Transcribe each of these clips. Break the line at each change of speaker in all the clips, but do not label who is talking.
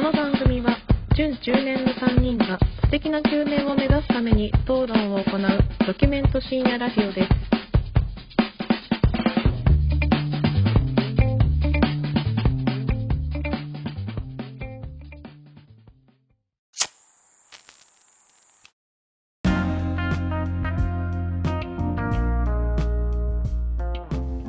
の番組は準10年の3人が素敵な9年を目指すために討論を行うドキュメント深夜ラジオです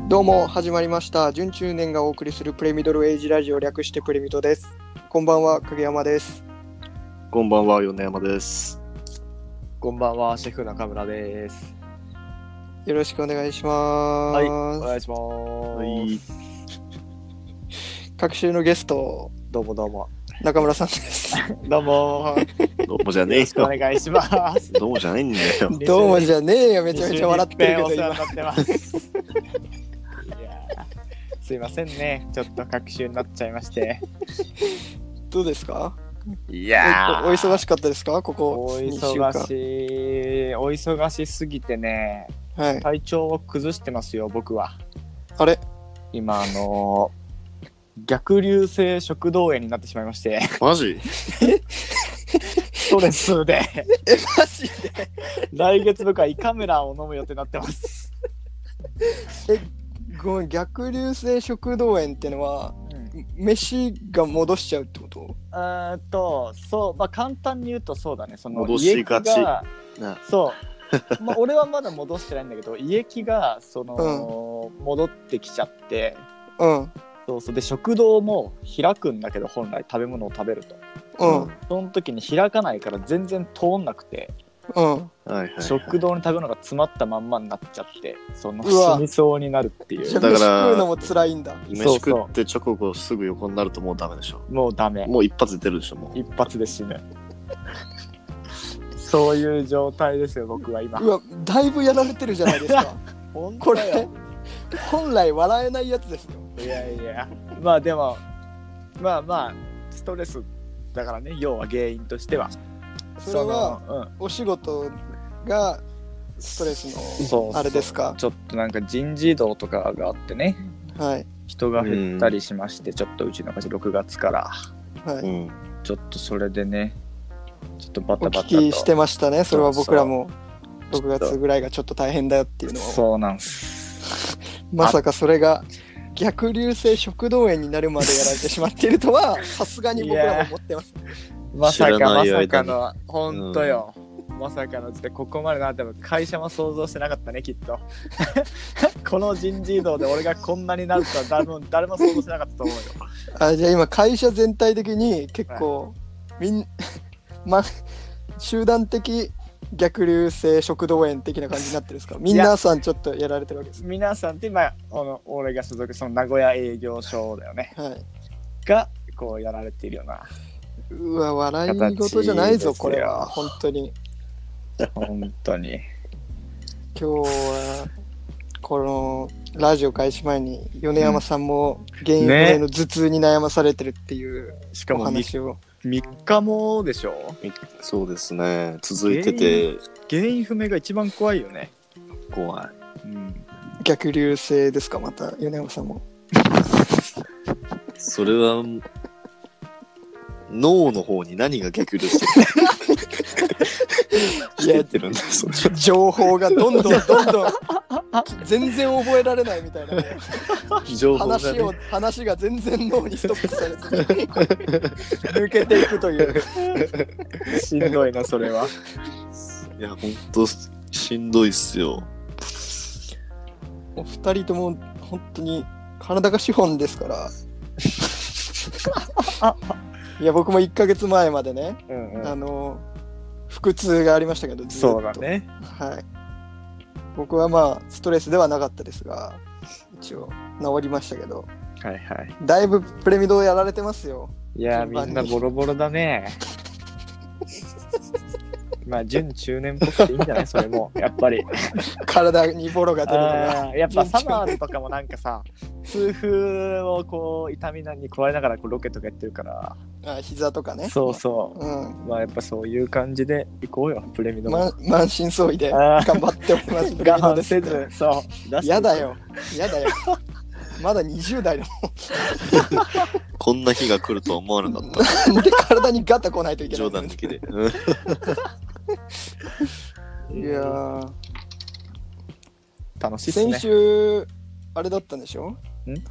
どうも始まりました準中年がお送りするプレミドルエイジラジオ略してプレミドですこんばんは影山です
こんばんは、米山です。
こんばんは、シェフ中村です。
よろしくお願いします、
はい、お願いします。
はい、
各週のゲスト
どうもどうも。
中村さんです
どうも。よ
どうもじゃねえ
ろしくお
よ。
願いします。
どうもじゃないんだよ。
どうもじゃねえよめちゃめちゃ笑ってる
二
け
週
ど
に一遍お世話に
今
なってます。いやーすいませんね。ちょっと隔週になっちゃいまして。
どうですか
い
お
や
おお忙
し
しかったですかこ
お
こ2週間
忙しい。お忙しすぎてね、
はい
体調を崩してますよ、僕は。
あれ
今、あのー逆流性食道炎になってしまいまして、
い。マジ
ストレスで。
えマジで
来月僕は胃カメラを飲む予定になってます。
ごめん逆流性食道炎ってのは
うん、
飯が戻しちゃうってこと
ーっとそう、まあ、簡単に言うとそうだねその
戻しがち
胃液が
な
そう まあ俺はまだ戻してないんだけど胃液がその、戻ってきちゃって
うん
そうそうで食道も開くんだけど本来食べ物を食べると
うんうん
その時に開かないから全然通んなくて、
うん
はいはい。
食道に食べ物が詰まったまんまになっちゃってその
うわ
死にそうになるってい
飯
う
だ
食
から
うのも辛いんだ
飯
そう
食って直後すぐ横になるともうダメでしょ。
もうダメ
もう一発で出るでしょ、もう。
一発で死ぬ そういう状態ですよ僕は今
うわだいぶやられてるじゃないですか
本
こ
当だよ
れ本来笑えないやつですよ
いやいや、まあでも、まあまあ、ストレスだからね、要は原因としては。
それは
その、
お仕事がストレ
うん、
ス
そう
のあれですか
ちょっとなんか人事異動とかがあってね、
はい
人が減ったりしまして、ちょっとうちの会社6月から、
は
う
い
ん。
ちょっとそれでね、ちょっとバ
お
タバタ
聞
と。
きしてましたねそれは
そうそ
僕
う
らも6月ぐらいがちょっと大変だよっていうのを
そうなんです。
まさかそれが逆流性食道炎になるまでやられてしまっているとはさすがに僕らも思ってます
まさか
知らな
ま
い
さ
間
か
に
の、本当よ。まさかのつってここまでなっても会社も想像してなかったねきっと この人事異動で俺がこんなになるとは誰 も誰も想像してなかったと思うよ
あじゃあ今会社全体的に結構みん ま集団的逆流性食道炎的な感じになってるんですかみんなさんちょっとやられてるわけです
皆さんって今あの俺が所属その名古屋営業所だよね
はい
がこうやられているような
うわ、笑い事じゃないぞ、
形ですよ
これは。本当に。
本当に
今日は、このラジオ開始前に、米山さんも現役
ね
の頭痛に悩まされてるっていう
しか
お
も 3,
話を。
日もでしょ
そうですね。続いてて
原因不明が一番怖いよね、
怖い。
うん、
逆流性ですか、また、米山さんも。
それは、脳の方に何が逆流してる
いや
来てるんだよ、それ。
情報がどんどんどんどん、全然覚えられないみたいな、ね、
情報が
話を
ね。、
話が全然脳にストップされて、抜けていくという。
しんどいなそれは
いや、ほんと、しんどいっすよ。
もう二人とも、本当に、体が資本です から。いや、僕も1ヶ月前までね、
うん、う
あ
ん、
の腹痛がありましたけどずっと
そうだね
はい僕はまあストレスではなかったですが一応治りましたけど
はいはい
だいぶプレミドをやられてますよ
いや
順番
ー
に
みんなボロボロだねまあ準中年っぽくていいんじゃないそれもやっぱり
体にボロが出るのが
あーやっぱサマーズとかもなんかさ痛風をこう痛みに加えながらこうロケとかやってるから、
あ膝とかね
そうそ
う
う
ん
まあやっぱそういう感じで行こうよプレミドも、
ま満身創痍で
あー
頑張っておりますプレミ
我
ド
慢
です
せ
けど
ずそう
やだよやだよまだ20代だもん
こんな日が来るとは思わなかっ
なんで体にガタ来 ないとい
た。
けない
冗談抜きで。うん
いやー
楽しいっす
先
ね。
週あれだったんでしょ
ん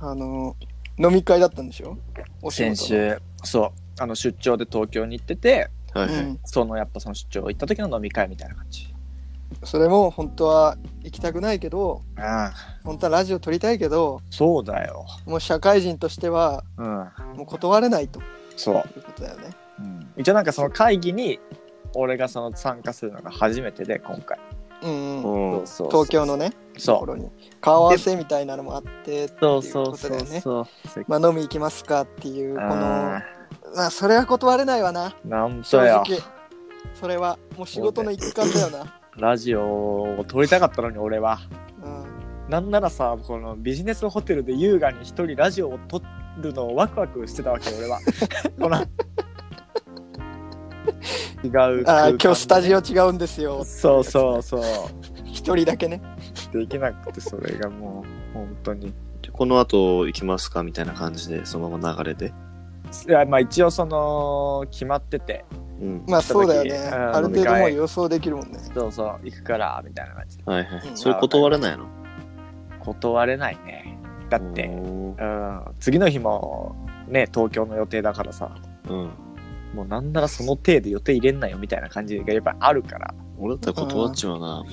あの飲み会だったんでしょお仕事の
先週、そう、あの出張で東京に行ってて、
はいは
う
い。
ん、
そのやっぱその出張行った時の飲み会みたいな感じ。
それも本当は行きたくないけど
ああ、
本当はラジオ撮りたいけど
そうだよ。
もう社会人としては
うん、
もう断れないとい
そう。
うことだよね
うん一応なんかその会議に俺がその参加するのが初めてで今回
うん、うん、
うん
そうそう
東京のねと
そ
こ
う
ろに顔合わせみたいなのもあって
そう
ってい
そうう
こと
そ
だ
う
よね
そう
まあ飲み行きますかっていうこの
あ
まあそれは断れないわな
ーなん
正
とよ
直それはもう仕事の一環だよな
ラジオを撮りたかったのに俺は
うん
なんならさこのビジネスホテルで優雅に一人ラジオを撮るのをワクワクしてたわけ 俺はこの違う
あー今日スタジ
オ
オ違うんですよ
そうそうそう
一人だけね
できなくてそれがもう本当に
でこの後行きますかみたいな感じで、そのまま流れで。
いやまあ一応その決まってて
うん。
まあそうだよね
うん
ある程度もう予想できるもんね
そうそう行くからみたいな感じで
はいはい
うん。
それ断れないの
断れないねだって、
おー
うん、次の日もね東京の予定だからさ
うん。
もうなんならその程度予定入れんなよみたいな感じがやっぱあるから
俺だったら断っちまうな。も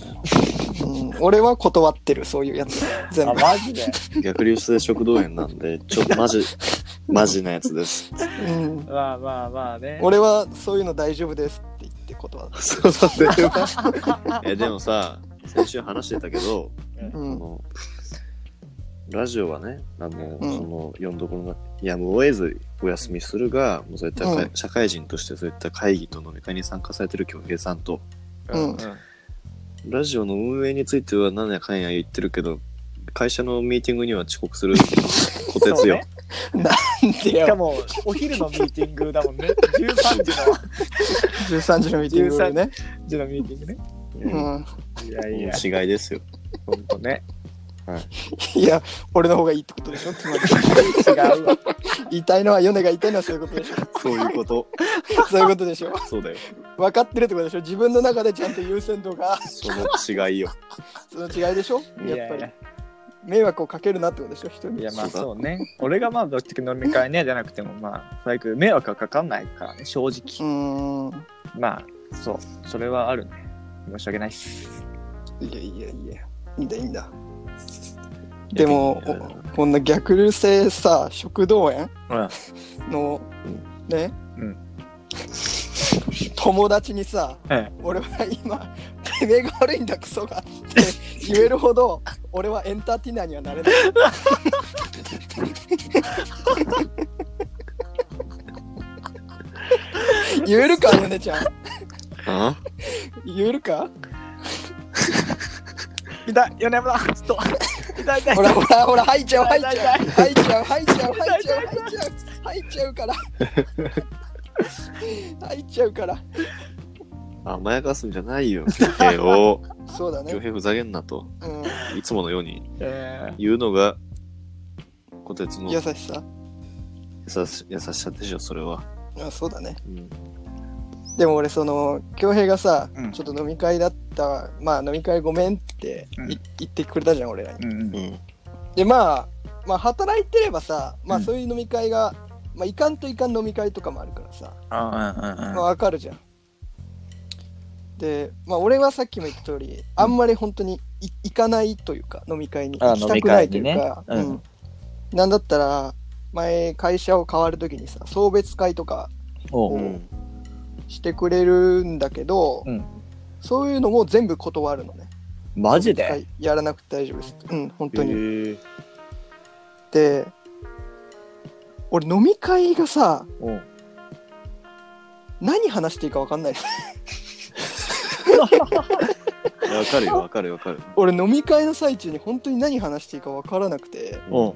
うん俺は断ってるそういうやつ全
あ
部
マジで
う逆流性食道炎なんで、ちょっとマ ジ、マジなやつです。
うん
まあまあまあね
俺はそういうの大丈夫ですって言って断る
そうだね。 え、でもさ、先週話してたけど、
う
あ
ん
のラジオはね、あの、
うん
その、読んどころな、やむを得ずお休みするが、もうそういったかい、
う
社会人としてそういった会議と飲み会に参加されてる京平さんと、
うん
うん
ラジオの運営については何やかんや言ってるけど、会社のミーティングには遅刻するこて
そ
つ
う
よ
ね。
で
しか
よ
もお昼のミーティングだもんね13時の
13時のミーティングルールね
13時のミーティングね
うん
いや
うん
いや
違いですよ。
ほんとね
いや俺の方がいいってことでしょつまり
違うわ
言いたいのはヨネが言いたいのはそういうこと でしょ
そういうこと。
そういうことでしょ
そうだよ。
分かってるってことでしょ自分の中でちゃんと優先度が
その違いよ。
その違いでしょ
い
やっぱ
やい
り
や
迷惑をかけるなってことでしょ人
い
に
やまあ
そうだ
そうね俺がまあどっちか飲み会ねじゃなくてもまあ最悪迷惑はかかんないからね正直
うーん
まあそうそれはあるね申し訳ないっす
いやいやいやいいんだいいんだでもおこんな逆流性さ食道炎
うん
のね、
うん
友達にさ、
はい
俺は今てめえが悪いんだクソがって言えるほど俺はエンターテイナーにはなれ ない言えるかヨネちゃん
あ
言えるか
痛い米村ちょっと 痛い痛い
ほらほらほら入っちゃう入っちゃう
痛
入っちゃう入っちゃう入っちゃう入っちゃう入っちゃう から入っちゃうから
甘やかすんじゃないよ。京平を。
そうだ
京
ね、
平ふざけんなと。
うん、
いつものように
え
言うのが、こてつの
優
優
しさ
し優しさでしょ、それは。
あそうだね
うん。
でも俺その恭平がさ、
うん
ちょっと飲み会だったまあ飲み会ごめんってい、
うん
言ってくれたじゃん俺らに
ーうんうん
うん。
でまあまあ働いてればさまあ
うん
そういう飲み会が、まあいかんといかん飲み会とかもあるからさ、
あうんうん
まあわかるじゃんでまあ俺はさっきも言った通りあんまり本当にい行かないというか飲み会に
あ
行きたくないとい
飲
う
み会にね
か、
うん
うんなんだったら前会社を変わる時にさ送別会とか
お
う。
うん
してくれるんだけど、
うん
そういうのも全部断るのね。
マジで、
はいやらなくて大丈夫です。うん、本当に。
え
で、俺飲み会がさ、
おう
何話していいか分かんない。
ーわかるよ、わかるよ、わかる。
俺飲み会の最中に本当に何話していいか分からなくて。
おう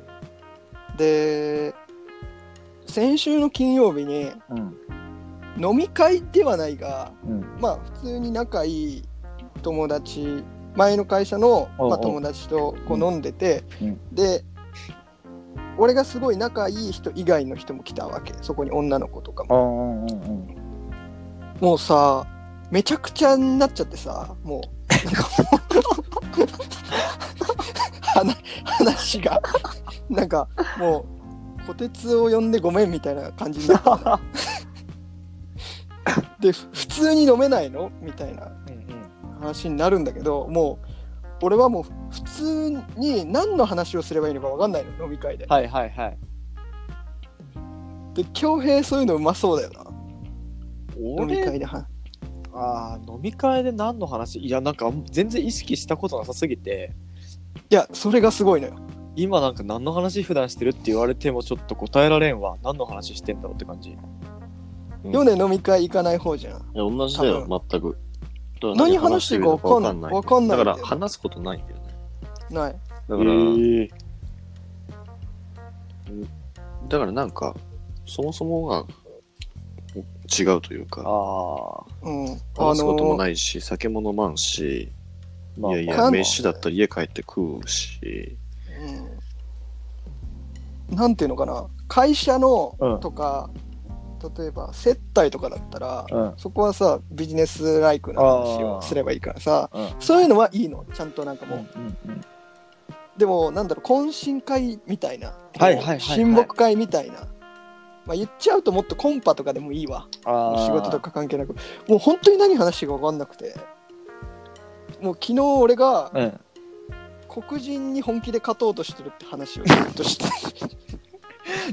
で、先週の金曜日に
うん
飲み会ではないが、
うん
まあ普通に仲いい友達前の会社の、
お
ま
うお
あ、
う
友達とこう飲んでて、
うん
で俺がすごい仲いい人以外の人も来たわけそこに女の子とかも
うんうんうん
もうさめちゃくちゃになっちゃってさもうなんかもう話話がなんかもう虎鉄を呼んでごめんみたいな感じになったのでふ普通に飲めないのみたいな
うん
話になるんだけどもう俺はもう普通に何の話をすればいいのか分かんないの飲み会で
はいはいはい
で恭平そういうのうまそうだよな飲み
俺
会では
あー飲み会で何の話いやなんか全然意識したことなさすぎて
いやそれがすごいのよ
今なんか何の話普段してるって言われてもちょっと答えられんわ何の話してんだろうって感じ
うん
ヨネ飲み会行かない方じゃん
いや同じだよ、全く。
何話していいか分かんない
わだ
わかんない
から話すことないんだよね。
ない
だから、
え
だからなんか、そもそもが違うというか、
ああ
うん
話すことも
い
ないし、酒も飲まんし、い
まあ
やい
ま
や、
あ
飯だったら家帰って食うし、
うん、なんていうのかな会社の
うん
とか、例えば接待とかだったら、
うん
そこはさビジネスライクな話をすればいいからさ、
うん
そういうのはいいのちゃんとなんか
う
もう、
んうんうん
でもなんだろう懇親会みたいな、
はいはいはいはい
親睦会みたいな、まあ、言っちゃうともっとコンパとかでもいいわ
あー
仕事とか関係なくもう本当に何話していいか分かんなくてもう昨日俺が
うん
黒人に本気で勝とうとしてるって話をずっと して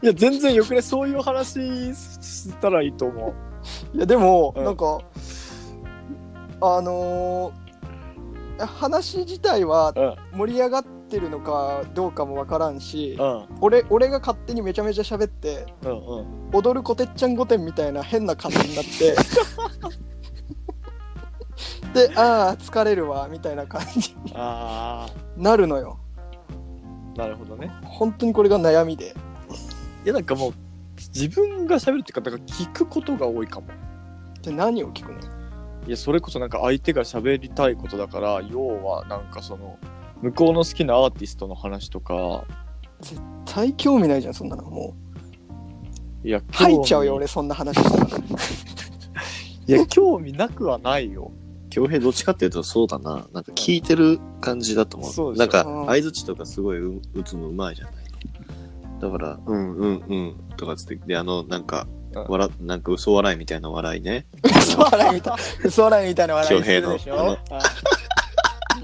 いや全然よくねそういう話したらいいと思う
いやでも、
うん
なんかあのー話自体は
うん
盛り上がってるのかどうかも分からんし
うん
俺俺が勝手にめちゃめちゃ喋って
うんうん
踊るこてっちゃん御殿みたいな変な感じになって でああ疲れるわみたいな感じに
あ
なるのよ
あなるほどね
本当にこれが悩みで
いやなんかもう自分が喋るっていうかだから聞くことが多いかも
で何を聞くの
いやそれこそなんか相手が喋りたいことだから要はなんかその向こうの好きなアーティストの話とか
大興味ないじゃんそんなのもう
いや
入っちゃうよ
興味
俺そんな話した ら
いや興味なくはないよ
恭平どっちかっていうとそうだな、なんか聞いてる感じだと思う。
そうでしょ
なんか
うん
相づちとかすごいう打つのうまいじゃないだから、うんうんうんとかつって、で、あの、なんか、
うん
笑っなんか嘘笑いみたいな笑いね。
嘘笑いみたい嘘笑いみたいな笑いするでし
あ
ょ
の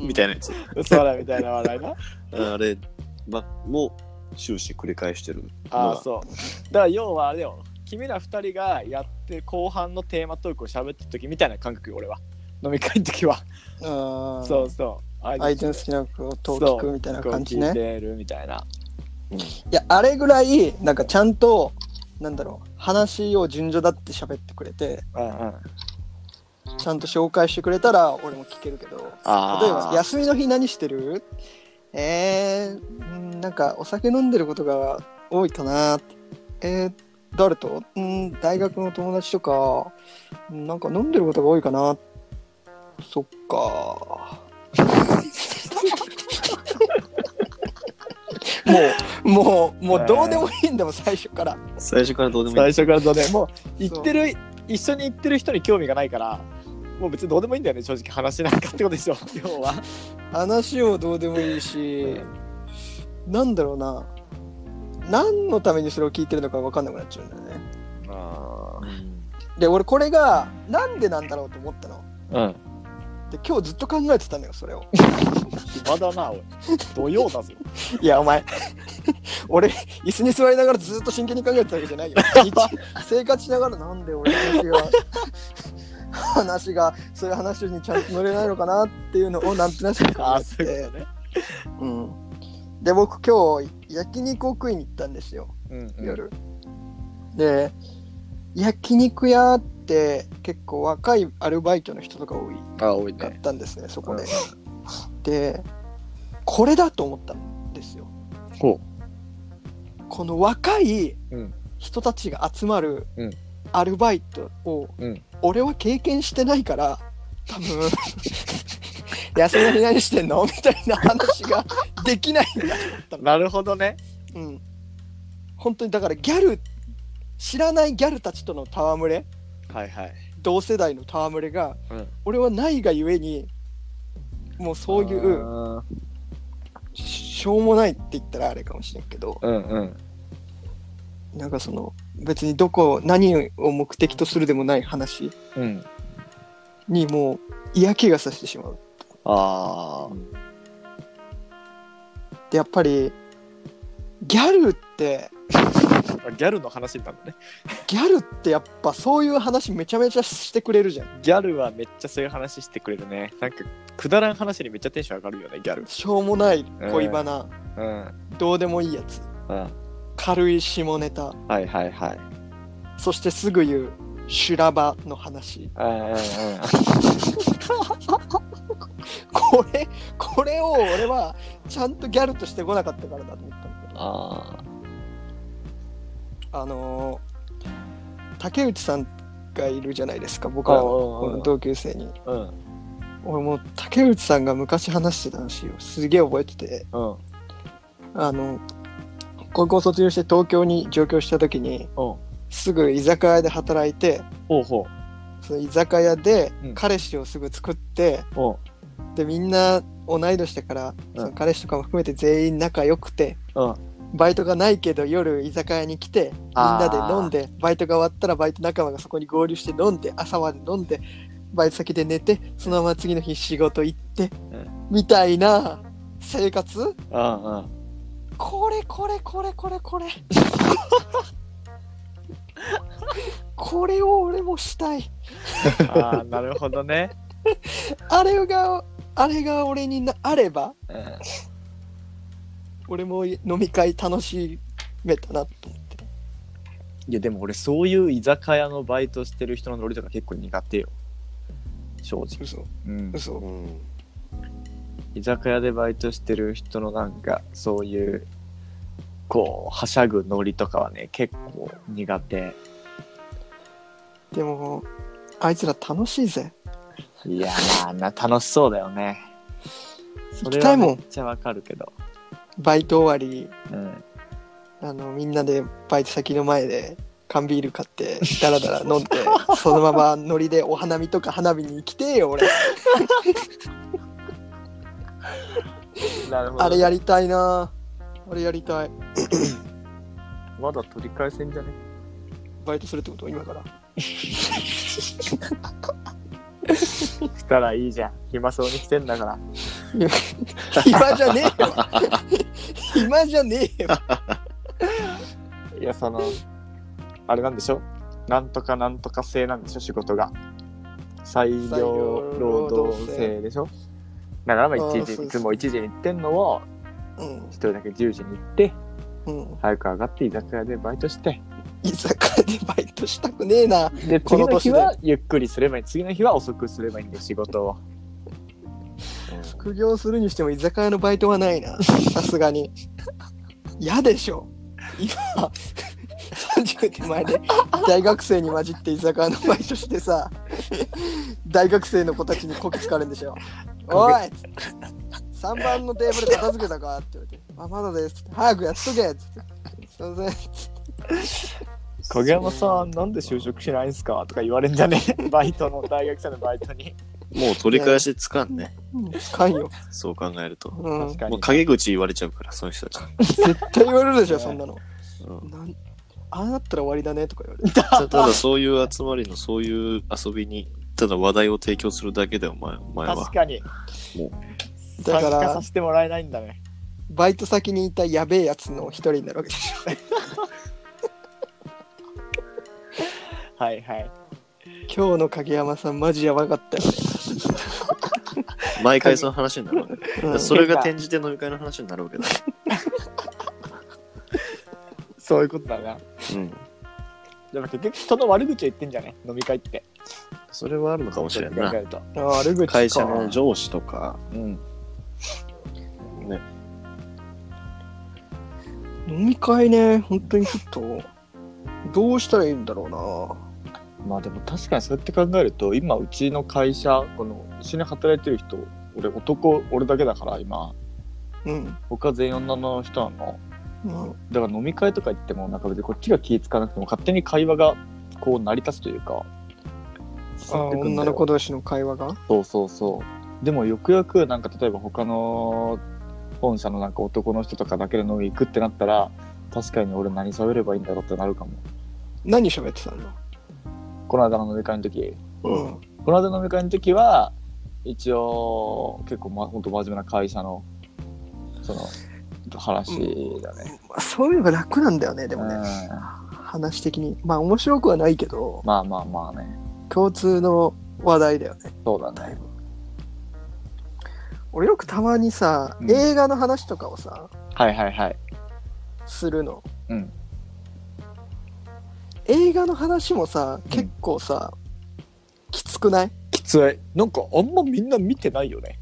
みたいなやつ。
嘘笑いみたいな笑いな
あれ、ば、もう終始繰り返してる。
ああそうだから要はあれよ君ら二人がやって後半のテーマトークを喋ってる時みたいな感覚よ俺は飲み会の時は
うん
そうそう
相手の好きなことを聞くみたいな感じね
そう聞いてるみたいない
やあれぐらいなんかちゃんとなんだろう話を順序だって喋ってくれて
うんうん
ちゃんと紹介してくれたら俺も聞けるけど例え
あー
ば「休みの日何してる?」えー、うんなんかお酒飲んでることが多いかなえー、誰とうん大学の友達とかうんなんか飲んでることが多いかなそっかもうもうもうどうでもいいんだもん最初から
最初からどうでもいい
最。初からどうでもう
う
行ってる一緒に行ってる人に興味がないからもう別にどうでもいいんだよね正直話なんかってこと でしょ要は
話をどうでもいいし、なんだろうな何のためにそれを聞いてるのか分かんなくなっちゃうんだよね
あ
で俺これがなんでなんだろうと思ったの
うん
で今日ずっと考えてたのよそれを
暇だなおい土曜だぞ
いやお前 俺椅子に座りながらずっと真剣に考えてたわけじゃ ないよ生活しながらなんで俺の話が話が そういう話にちゃんと乗れないのかなっていうのをなんとなく考
ああ
え
そう
て
いう
て
ことね
うん、で僕今日焼肉を食いに行ったんですよ
うんうん
夜、で焼肉屋って結構若いアルバイトの人とか多い
あ多い
かったんですねそこで、
う
でこれだと思ったんですよ
ほ
この若い
うん
人たちが集まる
うん
アルバイトを、
うん
俺は経験してないから多 分休みの日何してんのみたいな話ができないんだと思ったの
なるほどね
うん、本当にだからギャル知らないギャルたちとの戯れ
はいはい。
同世代の戯れが、
うん
俺はないがゆえにもうそういう
あ
しょうもないって言ったらあれかもしれんけど
ーうんうん。
なんかその別にどこ何を目的とするでもない話
うん。
にもう嫌気がさしてしまう。
あ
でやっぱりギャルって
あ。ギャルの話なんだね。
ギャルってやっぱそういう話めちゃめちゃしてくれるじゃん。
ギャルはめっちゃそういう話してくれるね。なんか、くだらん話にめっちゃテンション上がるよね、ギャル。
しょうもない恋バナ、
うん。
どうでもいいやつ
うん。
軽い下ネタ
はいはいはい。
そしてすぐ言う修羅場の話
うんうんうん。
これこれを俺はちゃんとギャルとしてこなかったからだと思ったんだけど
あ
あのー竹内さんがいるじゃないですか僕ら
おうおうおう
の同級生に
あ。うん。
俺もう竹内さんが昔話してた話をすげえ覚えてて
うん。
あの高校卒業して東京に上京した時に
おう
すぐ居酒屋で働いて
ほうほ
その居酒屋で
うん
彼氏をすぐ作って、
う。おう。
でみんな同い年だから、
うん
その彼氏とかも含めて全員仲良くて
うん。
バイトがないけど夜居酒屋に来てみんな
あー
で飲んでバイトが終わったらバイト仲間がそこに合流して飲んで朝まで飲んでバイト先で寝てそのまま次の日仕事行って、
ん
みたいな生活
うんうん。
これこれこれこれ これこれを俺もしたい
ああ、なるほどね。
あれが、あれが俺になあれば、
うん、
俺も飲み会楽しめたなと思って。
いや、でも俺、そういう居酒屋のバイトしてる人のノリとか結構苦手よ。正直。
嘘、
うん。
嘘。
うん。
居酒屋でバイトしてる人のなんか、そういう、こう、はしゃぐノリとかはね、結構苦手。
でも、あいつら楽しいぜ。
いやーな、楽しそうだよね。そ
行きたいもん
れはめっちゃわかるけど。
バイト終わり、
うん。
あの、みんなでバイト先の前で缶ビール買って、ダラダラ飲んで、そのままノリでお花見とか花火に行きてえよ、俺。
なるほ
あれやりたいなあれやりたい。
まだ取り返せんじゃね
バイトするってこと今から。
したらいいじゃん。暇そうにしてんだから。
暇じゃねえよ。暇じゃねえよ。
いや、その、あれなんでしょなんとかなんとか制なんでしょ仕事が。採用労働制でしょだからまあ
あー
1時
そうそ
に、
う
いつも1時に行ってんのを、
うん
一、人だけ10時に行って、
うん。
早く上がって居酒屋でバイトして、
居酒屋でバイトしたくねえな。
で、
こ
次
の
の
年
日
で
はゆっくりすればいい。次の日は遅くすればいいんで、仕事を。
副業するにしても居酒屋のバイトはないなさすがに嫌でしょ今30手前で大学生に混じって居酒屋のバイトしてさ大学生の子たちにこきつかれるんでしょ「おい!」3番のテーブル片付けたか?」って言われて「あまだです」早くやっとけ」っつって「すいません」
影山さん、なんで就職しないんすかとか言われんじゃね えバイトの、大学生のバイトに。
もう取り返しつかんね。
うんつかんよ、
そう考えると。
うん
確、かに
もう。陰口言われちゃうから、その人たち。
絶対言われるでしょそんなの
うん
なんああなったら終わりだねとか言われる
たただそういう集まりのそういう遊びにただ話題を提供するだけだよお前お前は
確かに。
だから
参加させてもらえないんだね。
バイト先にいたやべえやつの一人になるわけでしょ。
はいはい。
今日の影山さんマジやばかったよ
毎回その話になるわけだ
ね。う
から
ん
それが転じて飲み会の話になるわけだ、
そういうことだな。
うん、
でも結局人の悪口を言ってんじゃね飲み会って。
それはあるのかもしれん
そう考
な
えると
あ悪口か
会社の上司とか
うん。
ね
飲み会ね、本当にちょっと、どうしたらいいんだろ
まあでも確かにそうやって考えると、今うちの会社、この一緒に働いてる人、俺男、俺だけだから今、
うな。うん。
他全員女の人なの。
うん
だから飲み会とか行ってもなんか別にこっちが気ぃつかなくても勝手に会話がこう成り立つというか
あー女の子同士の会話が
そうそうそうでもよくよくなんか例えば他の本社のなんか男の人とかだけで飲み行くってなったら確かに俺何喋ればいいんだろうってなるかも
何喋ってたの
この間の飲み会の時
う
こ
ん
の間の飲み会の時は一応結構ま本当真面目な会社のその話だね、
まあそういうのが楽なんだよねで
うん
もね話的にまあ面白くはないけど
まあまあまあね
共通の話題だよね
そうだ
だい
ね
ぶ俺よくたまにさ、
うん
映画の話とかをさ
はいはいはい
するの
うん
映画の話もさ
ん
結構さ、きつくない
きついなんかあんまみんな見てないよね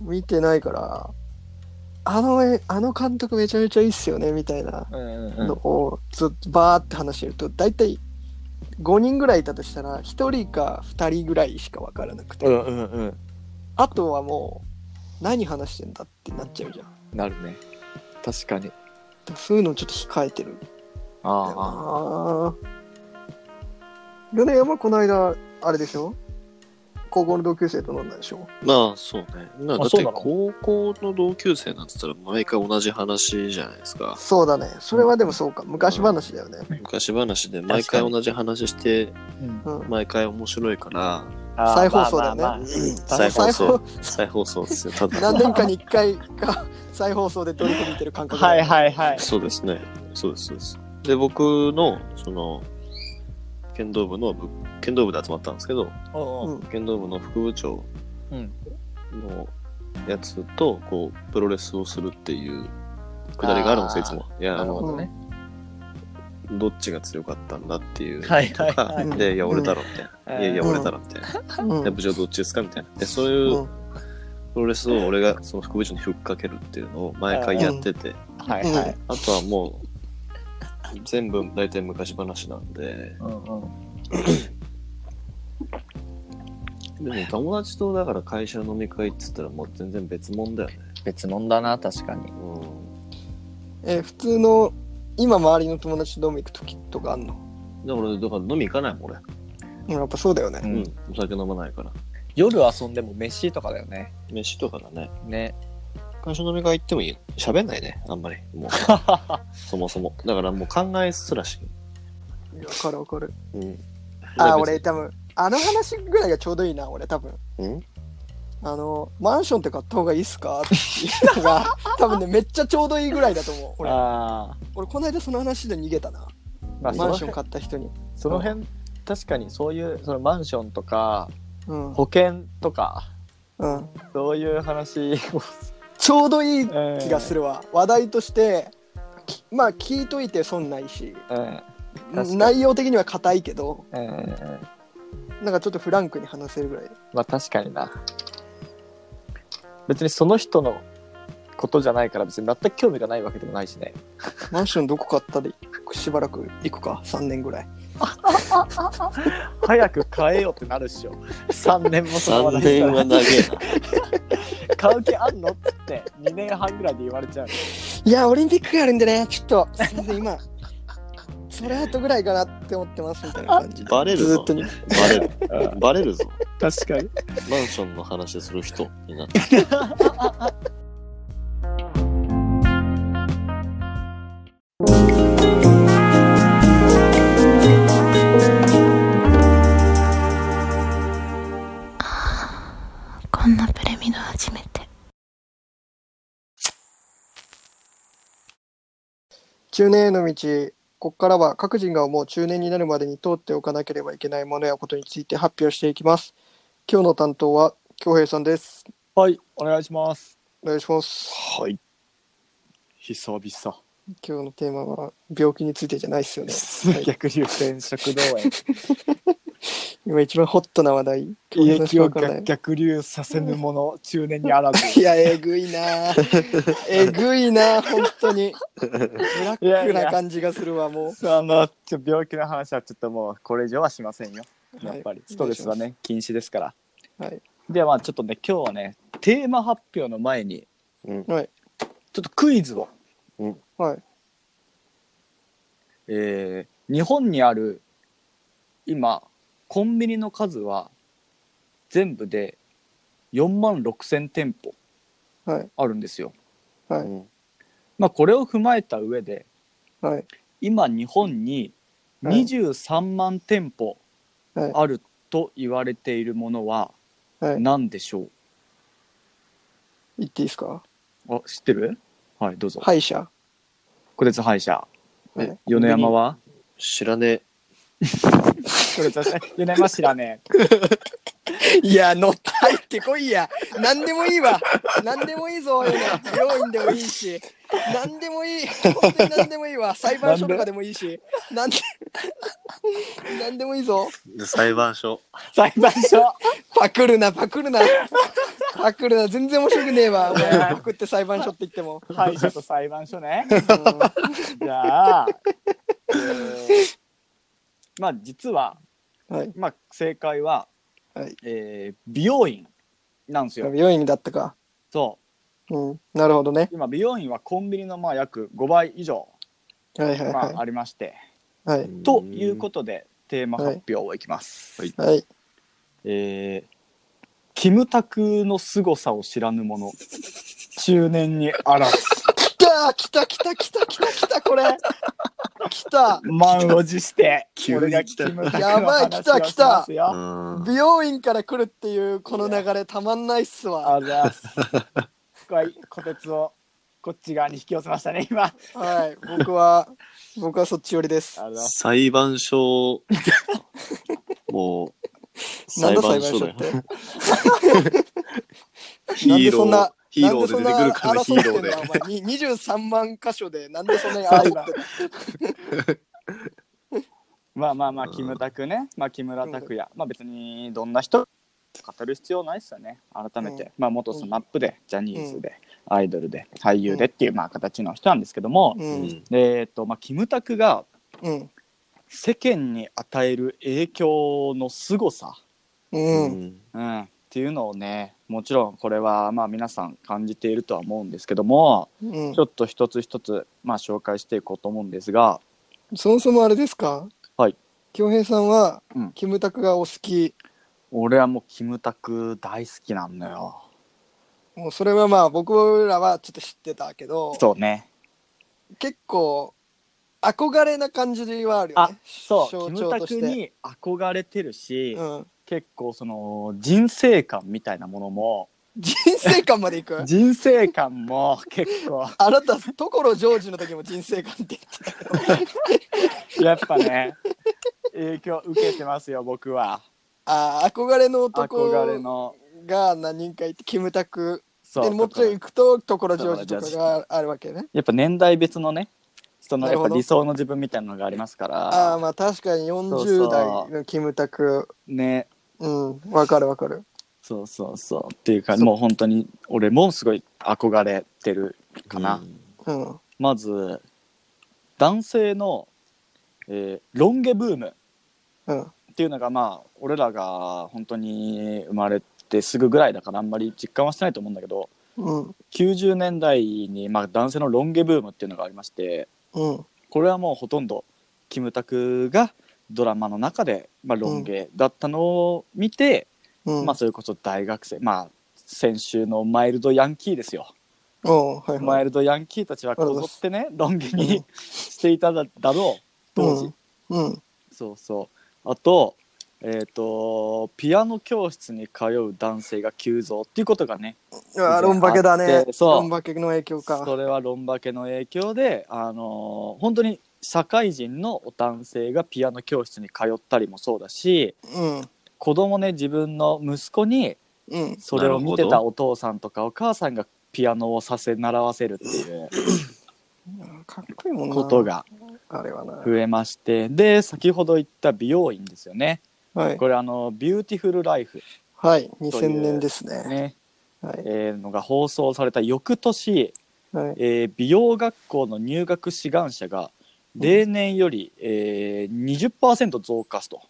見てないからあのえあの監督めちゃめちゃいいっすよねみたいな
うんうん
のをずっとバーって話してると大体5人ぐらいいたとしたら1人か2人ぐらいしか分からなくて、
うんうんうん
あとはもう何話してんだってなっちゃうじゃんだか
なるね確かに
らそういうのをちょっと控えてる
ああ
ああ。米山この間、あれでしょ高校の同級生と飲んだでしょ
まあそうね。まあだっ
そうな
て
の
高校の同級生なんて言ったら毎回同じ話じゃないですか。
そうだね。それはでもそうか。昔話だよね。
昔話で毎
確か
回
に
同じ話して、
うん
うん。
毎回面白いから、
あー
再放送だよね
まあまあまあ
再放送
再。
再放送ですよ、ただ。
何年かに1回か再放送でどれか見てる感覚
はいはいはい
そうですね。そうです、そうです。で、僕の、その、剣道部の部、剣道部で集まったんですけど、
おうおう
剣道部の副部長
うん
のやつと、こう、プロレスをするっていうくだりがあるんですよ、いつも。いや、あ
なるほ
の、
どね
どっちが強かったんだっていう。
はいはい
と
はい
か で、いや、俺だろ、みたい
うん
な。いやいや、俺だろ、みたいな。
うん。
いや部長どっちですかみたいな。で、そういううんプロレスを俺がその副部長にふっかけるっていうのを毎回やってて、
はいはい
あとはもう、全部大体昔話なんで、
うんうん
でも友達とだから会社飲み会って言ったらもう全然別物だよね。
別物だな確かに
う
え、普通の、今周りの友達と飲み行く時とかあんの
ん。だから俺、だから飲み行かないもん俺。
うんやっぱそうだよね。
うん。お酒飲まないから。
夜遊んでも飯とかだよね
飯とかだね。
ね
会社飲み会行ってもいい喋んないね、あんまり。もう、そもそも。だからもう考えすらし
わかるわかる。
ない。うん。
あー、俺多分、あの話ぐらいがちょうどいいな、俺多分。
うん
あの、マンションって買った方がいいっすかっていうの が、多分ね、めっちゃちょうどいいぐらいだと思う。俺、
あ
俺この間その話で逃げたな。
まあそ
マ
の
ンション
辺
買った人に。
その辺確かにそういうそのマンションとか
うん。
保険とか
うん、
そういう話を
ちょうどいい気
気
がするわ。話題として、きまあ聞いといて損ないし、
うんかに
内容的には硬いけど、
うんうん
なんかちょっとフランクに話せるぐらい。
まあ確かにな別にその人のことじゃないから別に全く興味がないわけでもないしね
マンションどこ買ったで、しばらく行くか、3年ぐらい。
早く変えようってなるっ しょ3年もその
3
話し
年
た
は
ら
長えな。
買う気あんのっつって2年半ぐらいで言われちゃう
いや、オリンピックがあるんでね、ちょっと、すいません、今、それあとぐらいかなって思ってますみたいな感じで。
バレるぞ
ずーっとに。
バレる。バレるぞ。
確かに
マンションの話する人になって。
こんなプレミド初めて
中年への道ここからは各人が思う中年になるまでに通っておかなければいけないものやことについて発表していきます今日の担当は京平さんです
はいお願いします
お願いします
はい久々
今日のテーマは病気についてじゃないですよね
逆流転食動 炎
今一番ホットな話題
胃液
京
を
平さんしかわからない
逆逆流させぬもの中年にあらず
いやえぐい なえぐいな本当にブラックな感じがするわも
あのちょ病気の話はちょっともうこれ以上はしませんよ
う
やっぱり
はい
ストレスはね禁止ですから
はい
ではまあちょっとね今日はねテーマ発表の前に
うん。
はい
ちょっとクイズを
うん
はい。
えー日本にある今コンビニの数は全部で4万6,000店舗
はい。
あるんですよ。
は
う
い。
ん
まあ、これを踏まえた上で
はい。
今日本に
はい
23万店舗
はい
あると言われているものは
はい。
何でしょう
言っていいですか
あ知ってるはいどうぞ。
歯医者。
小鉄歯医者
はい
え
米山は
知らねえ。
小鉄歯医者米山知らね え。
いや、乗って入ってこいや。何でもいいわ。何でもいいぞ、俺ら病院でもいいし。何でもいい。本当に何でもいいわ。裁判所とかでもいいし。何で 何でもいいぞ。
で裁判所。。
裁判所
パクるな、パクるな。パクるな、全然面白くねえわ。お前パクって裁判所って言っても。
歯医者と裁判 所ね。
う
じゃあ、えーまあ実は、
んはい。
まあ、正解は、
はい
えー美容院なんですよ。
病院だったか。
そ
うん。なるほどね。
う今美容院はコンビニのまあ約5倍以上、
はいはい
まあ、
は
ありまして。
い。はい。
ということとでテーマ発表をいきます。
はい
はい。
えーキムタクの凄さを知らぬ者中年にあらず
来た来た来た来た来た来たこれ。来た。
満を持して
急に
俺が
来
キ
た
ムタクの
やばい来
話を
た来た
しますよ
うん
美容院から来るっていうこの流れたまんないっすわ。
あざっす。これ、こてつをこっち側に引き寄せましたね、今。
はい。僕は、僕はそっち寄りです。
あざっす
裁判所。もう。
なんだ裁
裁判
判
所
所
だ
っ
よ。
て。
ヒーロー。ヒーローで出てくるからヒーローで。
で。に23万箇所で、なんでそんなに争ってんの
まあまあまあ、
うん
キムタクね、まあ、木村拓哉、まあ別にどんな人語る必要ないですよね、改めて。
うん
まあ元スマップで、ジャニーズで、アイドルで、俳優でっていうまあ形の人なんですけども、
う。
うんん。
えっと、まあ、キムタクが
うん。
世間に与える影響の凄さ、
う。
うんん。
うん、っていうのをね、もちろんこれはまあ皆さん感じているとは思うんですけども、
うん
ちょっと一つ一つ、まあ、紹介していこうと思うんですが、
そもそもあれですか
はい。
京平さんは
うん、
キムタクがお好き。
俺はもうキムタク大好きなんだよ。
もうそれはまあ僕らはちょっと知ってたけど、
そうね。
結構憧れな感じはあるよ
あ
ね。、
そう、
象
キ
徴
ムタ
と
ク
して
に憧れてるし、
うん。
結構その人生観みたいなものも、
人生観までい く
人生観も結構、
あなた、所ジョージの時も人生観って言ってたよ
やっぱね、 影響受けてますよ、僕は。
ああ、憧れの男
憧れの。
が何人かいて、キムタク。
そ
で、
う。
もうちょい行くと、所ジョージと
所
か
ジョ
があるわけね。
やっぱ年代別のね、その
なる
やっ
ほど
ぱ理想の自分みたいなのがありますか
ああ、
ら、
まあ確かに
そうそ
40
う
代のキムタク。
ね、
うん、わかるわかる。
そうそうそうっていうか
そう
もう本当に俺もすごい憧れてるかな、
うん
うん。
まず男性の、えーロン毛ブーム
うん。
っていうのがまあ俺らが本当に生まれてすぐぐらいだからあんまり実感はしてないと思うんだけど
うん。
90年代にまあ男性のロン毛ブームっていうのがありまして
うん。
これはもうほとんどキムタクがドラマの中で、まあ、ロン毛だったのを見て、
うん。
まあそれこそ大学生まあ先週のマイルドヤンキーですよ
おうはいはい
マイルドヤンキーたちはこぞってねロン毛にしていただだろう当時、
うん。うん。
そうそうあとえっ、とピアノ教室に通う男性が急増っていうことがね
うわロンバケだ
あっ
ね。
てそう
ロンバケの影響か。
それはロンバケの影響であのー本当に社会人の男性がピアノ教室に通ったりもそうだし
うん。
子供ね自分の息子に
うん。
それを見てたお父さんとかお母さんがピアノをさせ習わせるっていう
かっこいいもんな。
こと。が
あれはな。
増えましてで先ほど言った美容院ですよね
はい。
これあの「ビューティフル・ライフ
はい。2000年ですね。
ね」
はい。
えーのが放送された翌年、
はい。
えー美容学校の入学志願者が例年より、えー、20%増加すと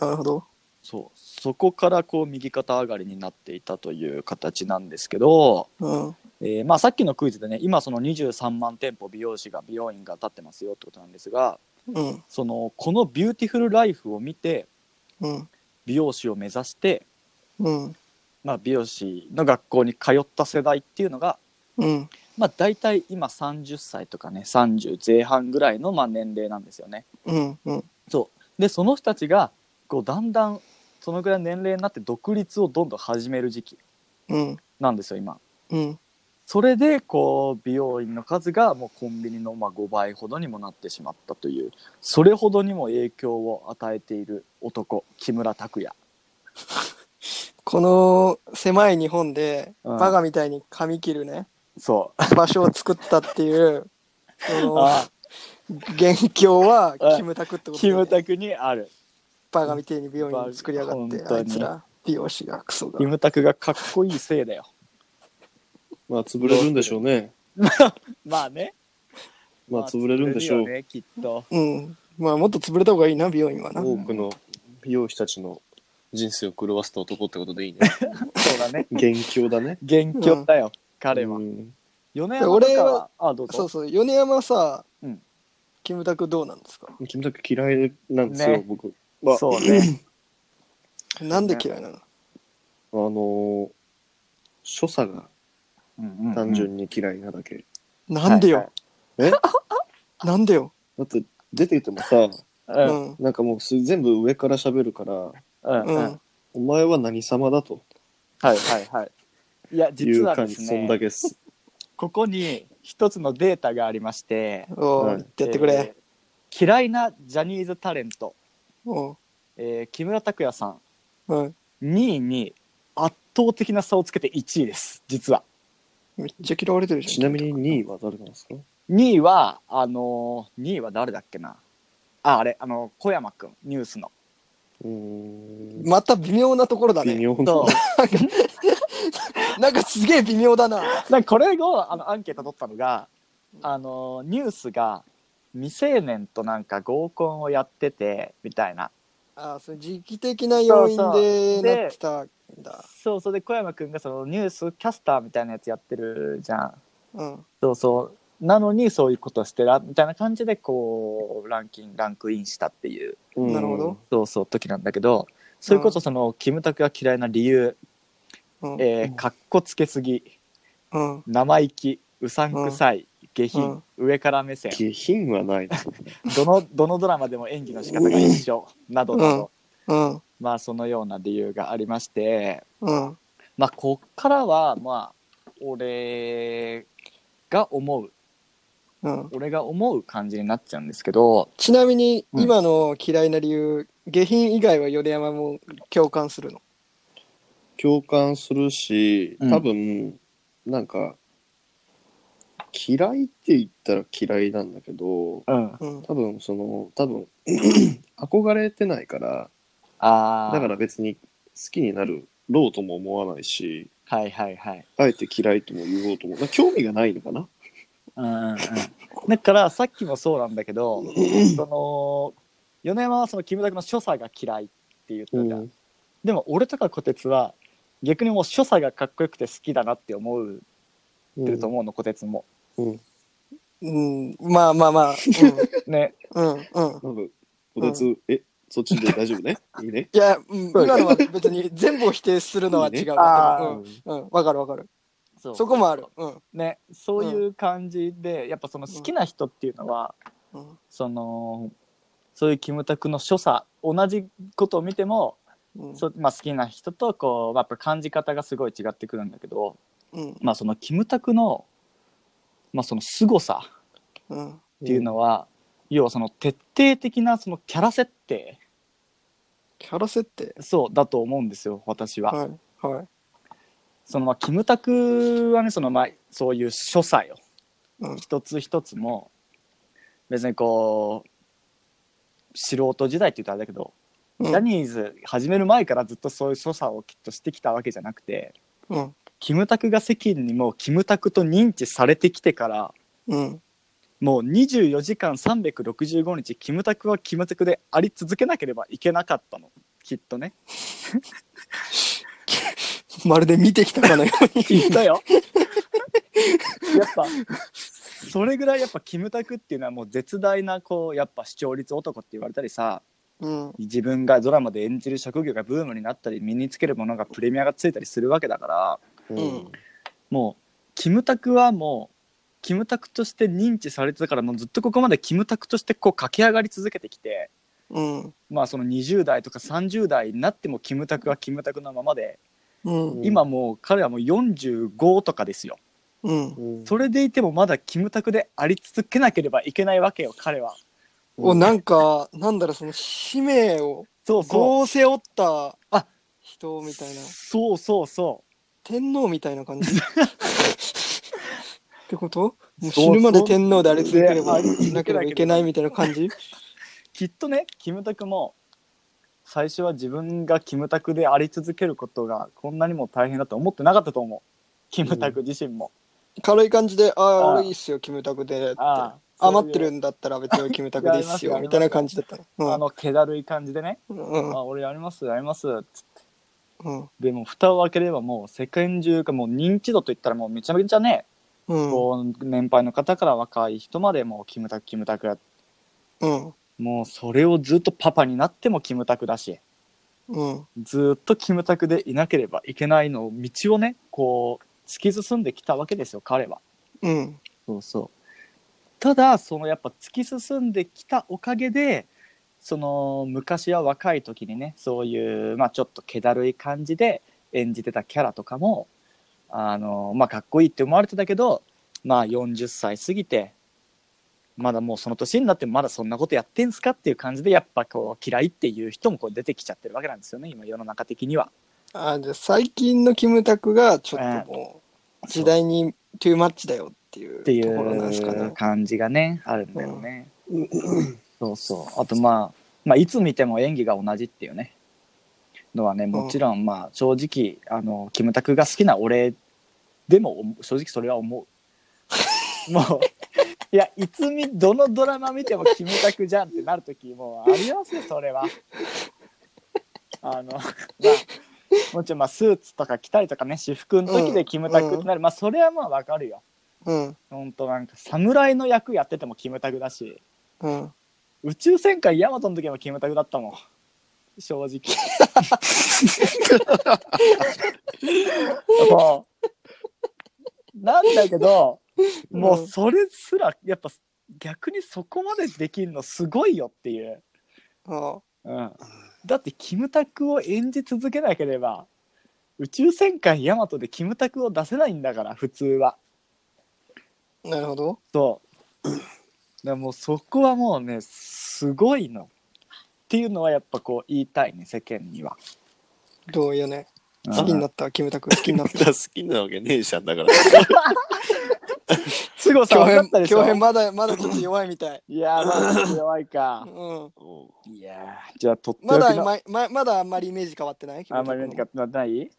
なるほど。
そうそこからこう右肩上がりになっていたという形なんですけど、
うん。
えーまあ、さっきのクイズでね今その23万店舗美容師が美容院が立ってますよってことなんですが
うん
そのこの「ビューティフルライフ」を見て
うん
美容師を目指して、
うん
まあ、美容師の学校に通った世代っていうのが、
うん
まあ、大体今30歳とかね30前半ぐらいのまあ年齢なんですよね。
うんうん
そうでその人たちがこうだんだんそのぐらいの年齢になって独立をどんどん始める時期
うん
なんですよ今。
うん
それでこう美容院の数がもうコンビニのまあ5倍ほどにもなってしまったというそれほどにも影響を与えている男木村拓哉
この狭い日本で
うん
バカみたいに髪切るね
そう
場所を作ったっていうその
あ
元凶はキムタクってこと
キ
でね
ムタクにある
バカみたいに美容院作りやがっ
本
て
当
あ
に
いつら美容師がクソが
キムタクがかっこいいせいだよ
まあ、潰れるんでしょうね。
まあね
まあ、潰れるんでしょ
ま
う。
あ潰れるよねきっと
うんまあもっと潰れた方がいいな美容院はな
多くの美容師たちの人生を狂わせた男ってことでいいね。
そうだね
元凶だね。
元凶だよ彼は
うん
米山とかはあどう
そう
ぞ
そう米山はさ、
うん
キムタクどうなんですか
キムタク嫌いなんですよ、
ね
僕。まあ
そうね
なんで嫌いなの、
あのー所作が単純に嫌いなだけ。
なんでよ、
はい
えだ
なんでよ、
って出ててもさ、
う
うんん
なんかもうす全部上から喋るから、
うん
う
う
ん
んはい
お前は何様だと
はいはいいや
い
実
う
は
感
で
じ、
す
そん
ね
だけ っす。
ここに一つのデータがありまして
おう
はい
言ってやってくれ、、
えー嫌いなジャニーズタレント、
おう
えー木村拓哉さ
うん
ん2位に圧倒的な差をつけて1位です実は
めっちゃ嫌われてるじ
ち
ゃ
なんみに2位は誰なんですか
2位はあのー、2位は誰だっけなああれあの小山くんニュースの
うーん。
また微妙なところだ
微
ね
妙な
そ。う
なんかすげえ微妙だな
なんかこれをあのアンケート取ったのがあのーニュースが未成年となんか合コンをやっててみたいな
あーそれ時期的な要因
そうそう
で
で
なってたんだ
そうそうで小山くんがそのニュースキャスターみたいなやつやってるじゃん
うん
そうそう。なのにそういうことしてらみたいな感じでこうランキングランクインしたっていう
うん
なるほど。
そうそう時なんだけどそれこそその、キムタクが嫌いな理由、
うん
えー、かっこつけすぎ
うん
生意気うさんくさい、下品、上から目線
下品はない。
どのどのドラマでも演技の仕方が一緒などなど、
うん
まあそのような理由がありまして
うん
まあこっからはまあ俺が思う
うん
俺が思う感じになっちゃうんですけど、
ちなみに
うん
今の嫌いな理由、下品以外は米山も共感するの
共感するし
うん
多分、なんか嫌いって言ったら嫌いなんだけど
うん、
うん
多分その多分 憧れてないから
ああ
だから別に好きになるろうとも思わないし
はいはいはい。
あえて嫌いとも言おうともなんか興味がないのかな
うんうん、だからさっきもそうなんだけどその米山はそのキムタクの所作が嫌いって言ったじゃん、でも俺とか虎鉄は逆にもう所作がかっこよくて好きだなって思うってると思うの虎鉄も。
うん
うん、まあまあまあ。
ね
うん、うん、うん。
なんかこてつ、えそっちで大丈夫ね いいね
いや、うん、今のは別に全部を否定するのは違う。
あ
わ、うん、うん、わかるわかる。
そう
そこもある。うん、
ねそういう感じで、やっぱその好きな人っていうのは、
うん、
そのそういうキムタクの所作同じことを見ても
うん、
そうまあ、好きな人とこう、まあやっぱ感じ方がすごい違ってくるんだけど、
うん、
まあ、そのキムタクの,、まあその凄さ
うん、
っていうのは、要はその徹底的なそのキャラ設定
キャラ設定。
そうだと思うんですよ私は。
はい、はい。
そのまあキムタクはねそのまあそういう所作よ、
うん
一つ一つも別にこう素人時代って言ったらあれだけど、
うん
ジャニーズ始める前からずっとそういう所作をきっとしてきたわけじゃなくて。
うん、
キムタクが世間にもうキムタクと認知されてきてから
うん、
もう24時間365日キムタクはキムタクであり続けなければいけなかったのきっとね
まるで見てきたかのように。
きっとよやっぱそれぐらいやっぱキムタクっていうのはもう絶大なこうやっぱ視聴率男って言われたりさ
うん。
自分がドラマで演じる職業がブームになったり身につけるものがプレミアがついたりするわけだから
うん
もうキムタクはもうキムタクとして認知されてたからもうずっとここまでキムタクとしてこう駆け上がり続けてきて
うん。
まあその20代とか30代になってもキムタクはキムタクのままで、
うん。
今もう彼はもう45とかですよ
うん。
うん
それでいてもまだキムタクであり続けなければいけないわけよ彼は
お、なんか、なんだろう、その使命を、
そうそう
こう背負った
あ
人みたいな、
そうそうそ
天皇みたいな 感じ。ってこともう
そう
死ぬまで天皇であれ続ければ、
そうそう
なければいけないみたいな感 じ
うきっとねキムタクも最初は自分がキムタクであり続けることがこんなにも大変だと思ってなかったと思うキムタク自身も、
軽い感じで、あ
あ
あ、
あ
俺いいっすよ、キムタクで。って
ああ
余って
そうい
る
うん
だったら別にキムタクでいいっす
いや
よ、
あり
み
ますよ
たいな感じだった
あ
の。
の気だるい感じでね「
うん。うん
あ俺やりますやります」つって
うん。
でも蓋を開ければもう世界中がもう認知度といったらもうめちゃめちゃね、
うん。
こう年配の方から若い人までもうキムタクキムタクやって
うん。
もうそれをずっとパパになってもキムタクだし
うん。
ずっとキムタクでいなければいけないのを道をねこう突き進んできたわけですよ彼は。
うん。
そうそうただそのやっぱ突き進んできたおかげでその昔は若い時にねそういう、まあ、ちょっと気だるい感じで演じてたキャラとかもあの、まあ、かっこいいって思われてたけど、まあ、40歳過ぎてまだもうその年になってまだそんなことやってんすかっていう感じでやっぱこう嫌いっていう人もこう出てきちゃってるわけなんですよね今世の中的には。
あじゃあ最近のキムタクがちょっともう時代にトゥーマッチだよっていう
ってい
ところなんですか
う
ね。
感じがねあるんだよね、そうそうあとまあ、まあ、いつ見ても演技が同じっていうねのはねもちろんまあ正直あのキムタクが好きな俺でも思う正直それは思うもういやいつ見どのドラマ見てもキムタクじゃんってなる時もうありますよそれはあのまあもちろんまあスーツとか着たりとかね私服の時でキムタクってなる、まあそれはまあわかるよ
うん。
ほんとなんか侍の役やっててもキムタクだし
うん。
宇宙戦艦ヤマトの時もキムタクだったもん正直もうなんだけどもうそれすらやっぱ逆にそこまでできるのすごいよっていう、
あ
うん、だってキムタクを演じ続けなければ宇宙戦艦ヤマトでキムタクを出せないんだから普通は。
なるほど。
そう。だからもうそこはもうね、すごいの。っていうのはやっぱこう言いたいね、世間には。
どうよね。好きになった、キムタク好きになっ
だか
た。
ら好きなわけねえじゃんだから。
すごさ
強
分かっ
変
たで、しょ
強変まだ、まだちょっと弱いみたい。
いやー、まあ、弱いうか。
ん。
いやー、じゃあとってお
ま
き
だ、
の。
ま、ままだあんまりイメージ変わってない
あんまり何か。ってない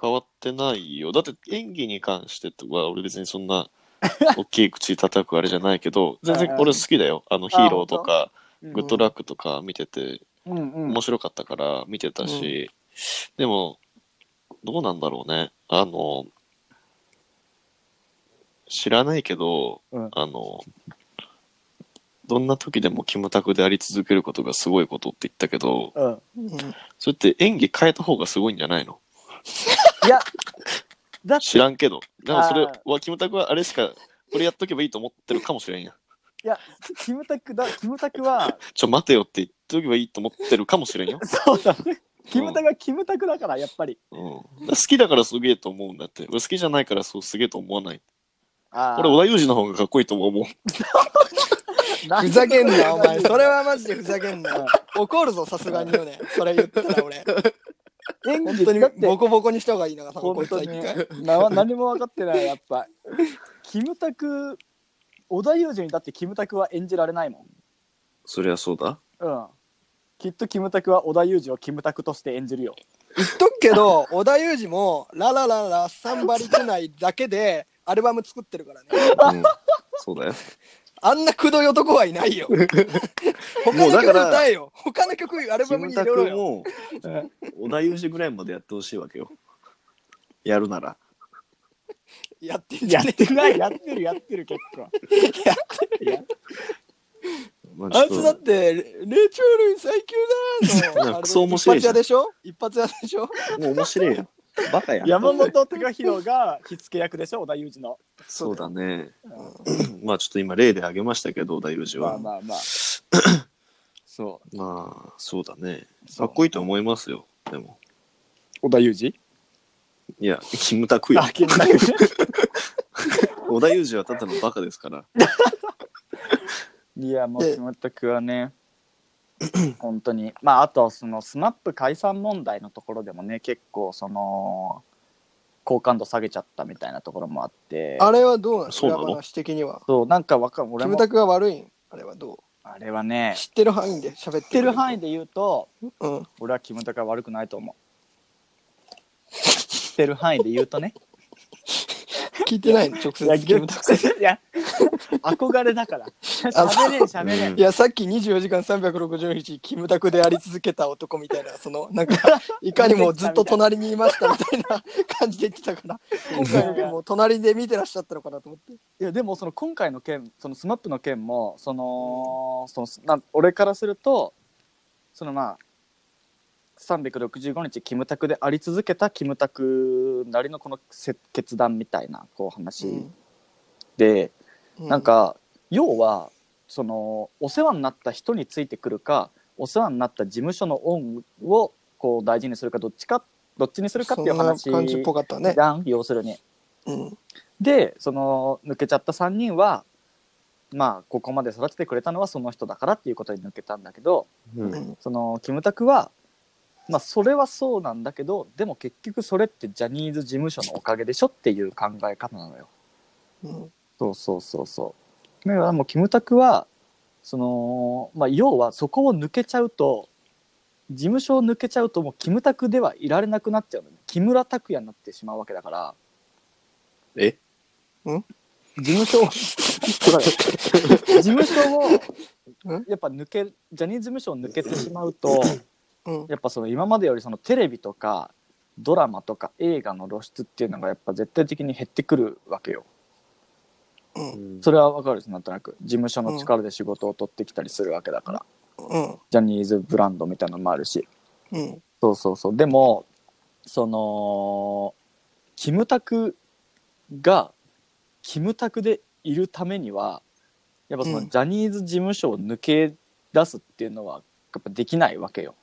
変わってないよ。だって演技に関してとは俺別にそん な大きい口叩くあれじゃないけど、全然俺好きだよ。あのヒーローとか、
うん
グッドラックとか見てて、
うんう
面
ん。
白かったから見てたし、でも、どうなんだろうね。あの、知らないけど、
うん
あの、どんな時でもキムタクであり続けることがすごいことって言ったけど、
うん、
うん。
それって演技変えた方がすごいんじゃないの
いや、だって
知らんけど。でもそれ
あ
は、キムタクはあれしか、これやっとけばいいと思ってるかもしれんや。
いや、キムタクだ、キムタクは、
ちょ、待てよって言っとけばいいと思ってるかもしれんよ。
そうだね。 キムタクはキムタクだから、やっぱり。
うん、好きだからすげえと思うんだって。俺好きじゃないからそうすげえと思わない。
あ
俺、小田裕二の方がかっこいいと思う。
ふざけんな、お前。それはマジでふざけんな。怒るぞ、さすがによね。それ言ったら俺。
演
本
技
当に
だって
ボコボコにした方がいいのが、多分こ
本
いつは
当
一
に
回。
な何も分かってないやっぱキムタク織田裕二にだってキムタクは演じられないもん
そりゃそうだ。
うんきっとキムタクは織田裕二をキムタクとして演じるよ
言っとくけど、織田裕二も、ララララ、サンバリトナイだけで、アルバム作ってるからね。
うん、そうだよ。
あんなくどい男はいない よ。他の
もうだ
曲
から
歌えよ。他の曲アル
キ
バム
ム
に入
タ
れろ
ク
よ。
も小田裕二ぐらいまでやってほしいわけよ。やるなら。
やってんじ
や
ゃね
ってないやってるやってる結構
や
や
ま
あ
あ
い
ちょ
つ
っ
だ
と
ってレレイチュール最強だー
なん
の
かクソ面白い
一発
じ
屋
ゃん
でしょ一発屋でしょ
もう面白いよ。バカやん。
山本貴弘が火付け役でしょ織田裕二の
そうだね。まあちょっと今例で挙げましたけど、大裕二
まあ
は。
まあまあそう
まあ、そうだね。
そ
か
う
っこいいと思いますよ。でも。
織田裕
いや、キムタク
二
よ
あ。金太君
織田裕二はただのバカですから。
いやもう
で
キムタクはね本当にまああとはそのスマップ解散問題のところでもね結構その好感度下げちゃったみたいなところもあって
あれはどうなの
そうなの
裏話的には
そうなんかわかん俺
キ
も
ムタクが悪いんあれはど
あれは
う
ね
知ってる範囲で喋って知っ
知ってる範
囲
囲で言うと
うん
俺はキムタクは悪くないと思う知ってる範囲で言うとね
聞いてないの直
いや
接キムタク
い や憧れだから喋れん喋れん
いやさっき24時間360日キムタクであり続けた男みたいなその なんかいかにもずっと隣にいましたみたいな感じで言ってたから今回の件も隣で見てらっしゃったのかなと思って
いやでもその今回の件そのスマップの件もそのそのな俺からするとそのまあ365日キムタクであり続けたキムタクなりのこのせ決断みたいなこう話で、
う
なんか要はそのお世話になった人についてくるかお世話になった事務所の恩をこう大事にするかどっちかどっちにするかっていう話
そんな感じっぽかったね
じゃん要するに。
うん
でその抜けちゃった3人はまあここまで育ててくれたのはその人だからっていうことに抜けたんだけど
うん。
そのキムタクはまあそれはそうなんだけどでも結局それってジャニーズ事務所のおかげでしょっていう考え方なのよ。
うん
そうそうそうそう。だからもうキムタクはそのまあ要はそこを抜けちゃうと事務所を抜けちゃうともうキムタクではいられなくなっちゃうのね木村拓哉になってしまうわけだから
え
事務所を 事務所 を
ん
やっぱ抜けジャニーズ事務所を抜けてしまうと
うん
やっぱその今までよりそのテレビとかドラマとか映画の露出っていうのがやっぱ絶対的に減ってくるわけよ。それはわかるしなんとなく事務所の力で仕事を取ってきたりするわけだから、
うん
ジャニーズブランドみたいなのもあるし
うん
そうそうそうでもそのキムタクがキムタクでいるためにはやっぱその
う
ジ
ん
ャニーズ事務所を抜け出すっていうのはやっぱできないわけよ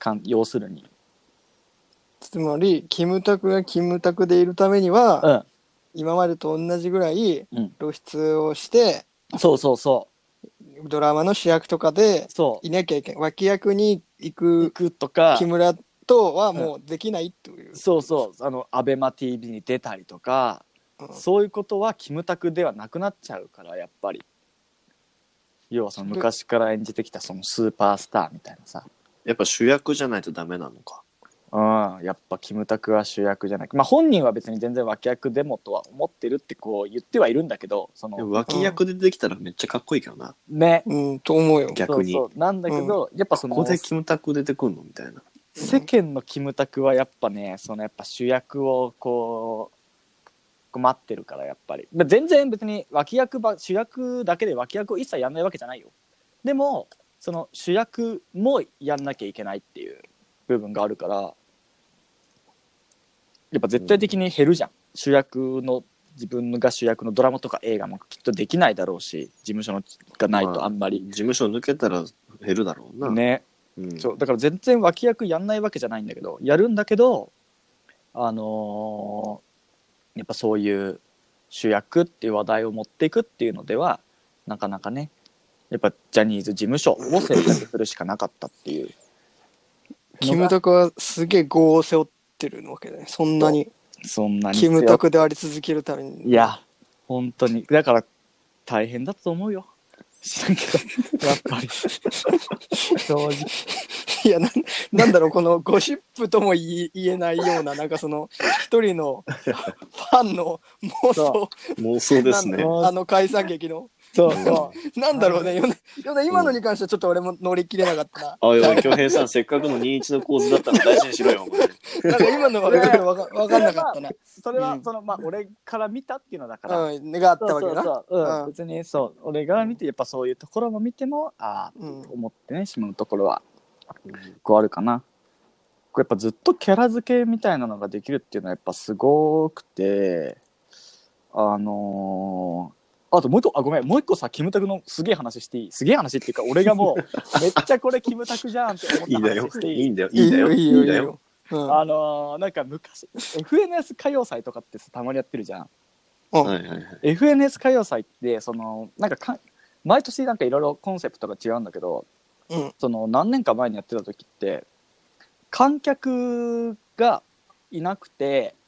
かん要するに、
つまりキムタクがキムタクでいるためには、
うん、
今までと同じぐらい
うん
露出をして、
そうそうそ
ドラマの主役とかで
うそ
いなきゃいけない脇役に行
う
く
行くとか
木村とはもうできないという、
そうそうあのアベマ t v に出たりとか
うん
そういうことはキムタクではなくなっちゃうからやっぱり要はその昔から演じてきたそのスーパースターみたいなさ、
やっぱ主役じゃないとダメなのか。
うん、やっぱキムタクは主役じゃないまあ本人は別に全然脇役でもとは思ってるってこう言ってはいるんだけどそ
で
の
も脇役でできたらめっちゃかっこいいけどな。
ね
うん、と思うよ。
逆に。
そうそうなんだけど、やっぱそ
こ
の
こでキムタク出てくんのみたいな。
世間のキムタクはやっぱねそのやっぱ主役をこう待ってるからやっぱり、まあ、全然別に脇役ば主役だけで脇役を一切やんないわけじゃないよでもその主役もやんなきゃいけないっていう部分があるからやっぱ絶対的に減るじゃん、主役の自分が主役のドラマとか映画もきっとできないだろうし事務所のがないとあんまり、
事務所抜けたら減るだろうな。
ね
うん。
そうだから全然脇役やんないわけじゃないんだけどやるんだけどあのーやっぱそういう主役っていう話題を持っていくっていうのではなかなかねやっぱジャニーズ事務所を選択するしかなかったっていう
キムタクはすげえ業を背負ってるわけだね。そんなに。
そんなに
キ
強
ムタクであり続けるために。
いや本当にだから大変だと思うよ知らんけどやっぱ り正直
いや、なんなんだろう、このゴシップとも言い言えないような、なんかその、一人のファンの妄想
妄想ですね。
そう
あの解散劇の。
そうそう。
なんだろうね、米米今のに関してはちょっと俺も乗り切れなかったな。
あ、いや、京平さん、せっ かくの21の構図だったの大事にしろよ、お前
なんか今のはちょっとわかわかんなかったな。
それは
うん
そのまあ俺から見たっていうのだから。
うん、願った
そう
わけ
そ
だ
う
な。
そううん
うん
別にそう俺が見てやっぱそういうところも見てもああ
うん
と思ってねしまうところは結構あるかな。これやっぱずっとキャラ付けみたいなのができるっていうのはやっぱすごくてあのーあともう一個あごめんもう一個さキムタクのすげえ話していいすげえ話っていうか俺がもうめっちゃこれキムタクじゃんって
いいん
思っ
だ
た
よ
話し、ていい
いいんだよ、いいんだよ、いいんだよ。。
うん
あのーなんか昔 FNS 歌謡祭とかってさたまにやってるじゃん。
はいはいはい。
FNS 歌謡祭ってそのなんかか毎年なんかいろいろコンセプトが違うんだけど、
うん
その何年か前にやってた時って観客がいなくて、
うん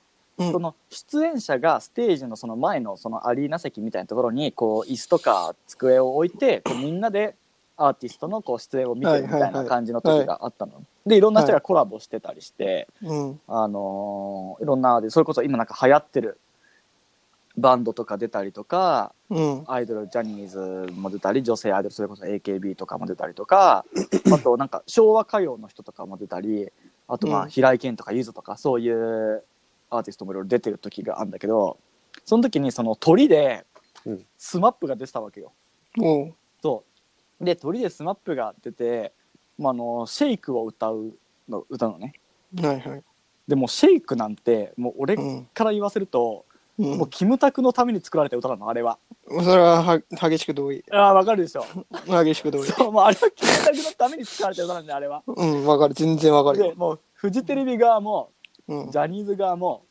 その出演者がステージのその前のそのアリーナ席みたいなところにこう椅子とか机を置いてこうみんなでアーティストのこう出演を見てるみたいな感じの時があったの。でいろんな人がコラボしてたりして。
うん。
あのーいろんな、それこそ今なんか流行ってるバンドとか出たりとか、
うん。
アイドル、ジャニーズも出たり、女性アイドル、それこそ AKB とかも出たり とか、あとなんか昭和歌謡の人とかも出たり、あとま
う
あ
ん
平井堅とかゆずとかそういうアーティストもいろいろ出てる時があるんだけど、その時にその鳥で
うん
スマップが出てたわけよ。
おう
そう。で、鳥でスマップが出て、まあ、あの、シェイクを歌うの、歌うのね。
はいはい。
でもシェイクなんて、もう俺
うん。
から言わせると、
うん
もうキムタクのために作られた歌なのあれは。
それはは激しく同意。
ああわかるでしょ。
激しく同意。
そうもうあれはキムタクのために作られた歌なんであれは。
うん、わかる。全然わかる
で
よ。
もうフジテレビ側も
うん
ジ。ャニーズ側も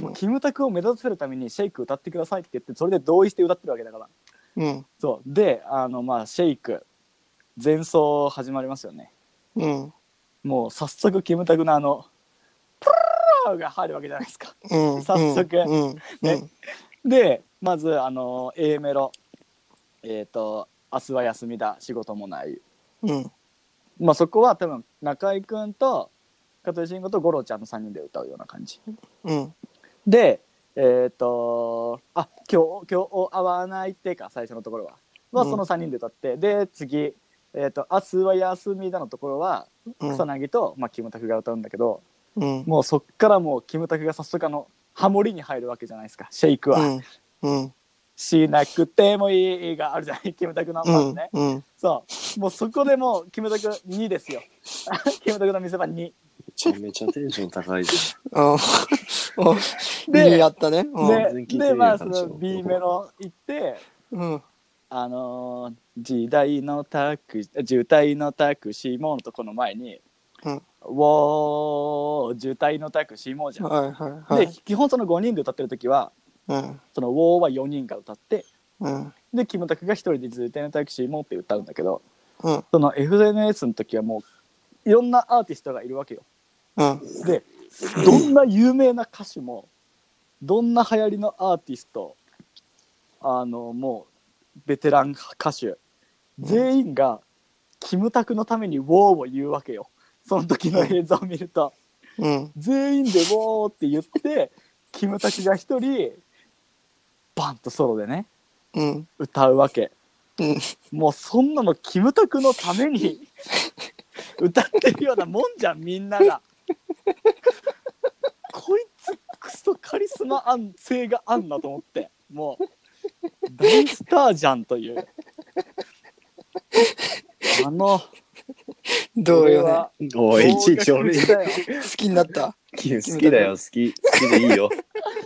うん
もうキムタクを目指せるためにシェイク歌ってくださいって言ってそれで同意して歌ってるわけだから。
うん。
そうであのまあシェイク前奏始まりますよね。
うん。
もう早速キムタクのあのプルルルが入るわけじゃないですか。
うん。
早速
うん。うん
ねでまずあの A メロえっ、と明日は休みだ仕事もない
うん。
まあそこは多分中居君と加藤慎吾と五郎ちゃんの3人で歌うような感じ
うん。
でえっ、とあ今日今日会わないってか最初のところはは
うん
その3人で歌って、で次えっ、と明日は休みだのところは
うん
草薙と、まあ、キムタクが歌うんだけど
うん。
もうそっからもうキムタクが早速あのハモリに入るわけじゃないですかシェイクは、
うん。うん。
しなくてもいいがあるじゃない キムタクのまずね、
うん。
そうもうそこでもうキムタク2ですよ キムタクの見せ場2
めちゃめちゃテンション高いじ
あ
で
で、やったね。うん
ね全然聞い
で
てるよ
でまあそ
話
の
を
B メロ行って
うん。
あのー時代のタク渋滞のタクシーものとこの前に
うん
「ウォー渋滞のタクシーも」じゃん。
はいはいは
で
い。
基本その5人で歌ってる時は
うん。
その「ウォーは4人が歌って
うん。
でキムタクが1人で「渋滞のタクシーも」って歌うんだけど
うん。
その FNS の時はもういろんなアーティストがいるわけよ。
うん。
でどんな有名な歌手もどんな流行りのアーティストあのもうベテラン歌手全員がキムタクのために「ウォー」を言うわけよその時の映像を見ると
うん。
全員で「ウォー」って言ってキムタクが一人バンとソロでね
うん。
歌うわけ
うん
もうそんなのキムタクのために歌ってるようなもんじゃんみんながこいつクソカリスマ安性があんなと思ってもう大スターじゃんというあの
どう
俺
よね。
は
ゃん。おい、いちいち俺、
驚愕したよ
好きになった。
好きだよ、好き。好きでいいよ。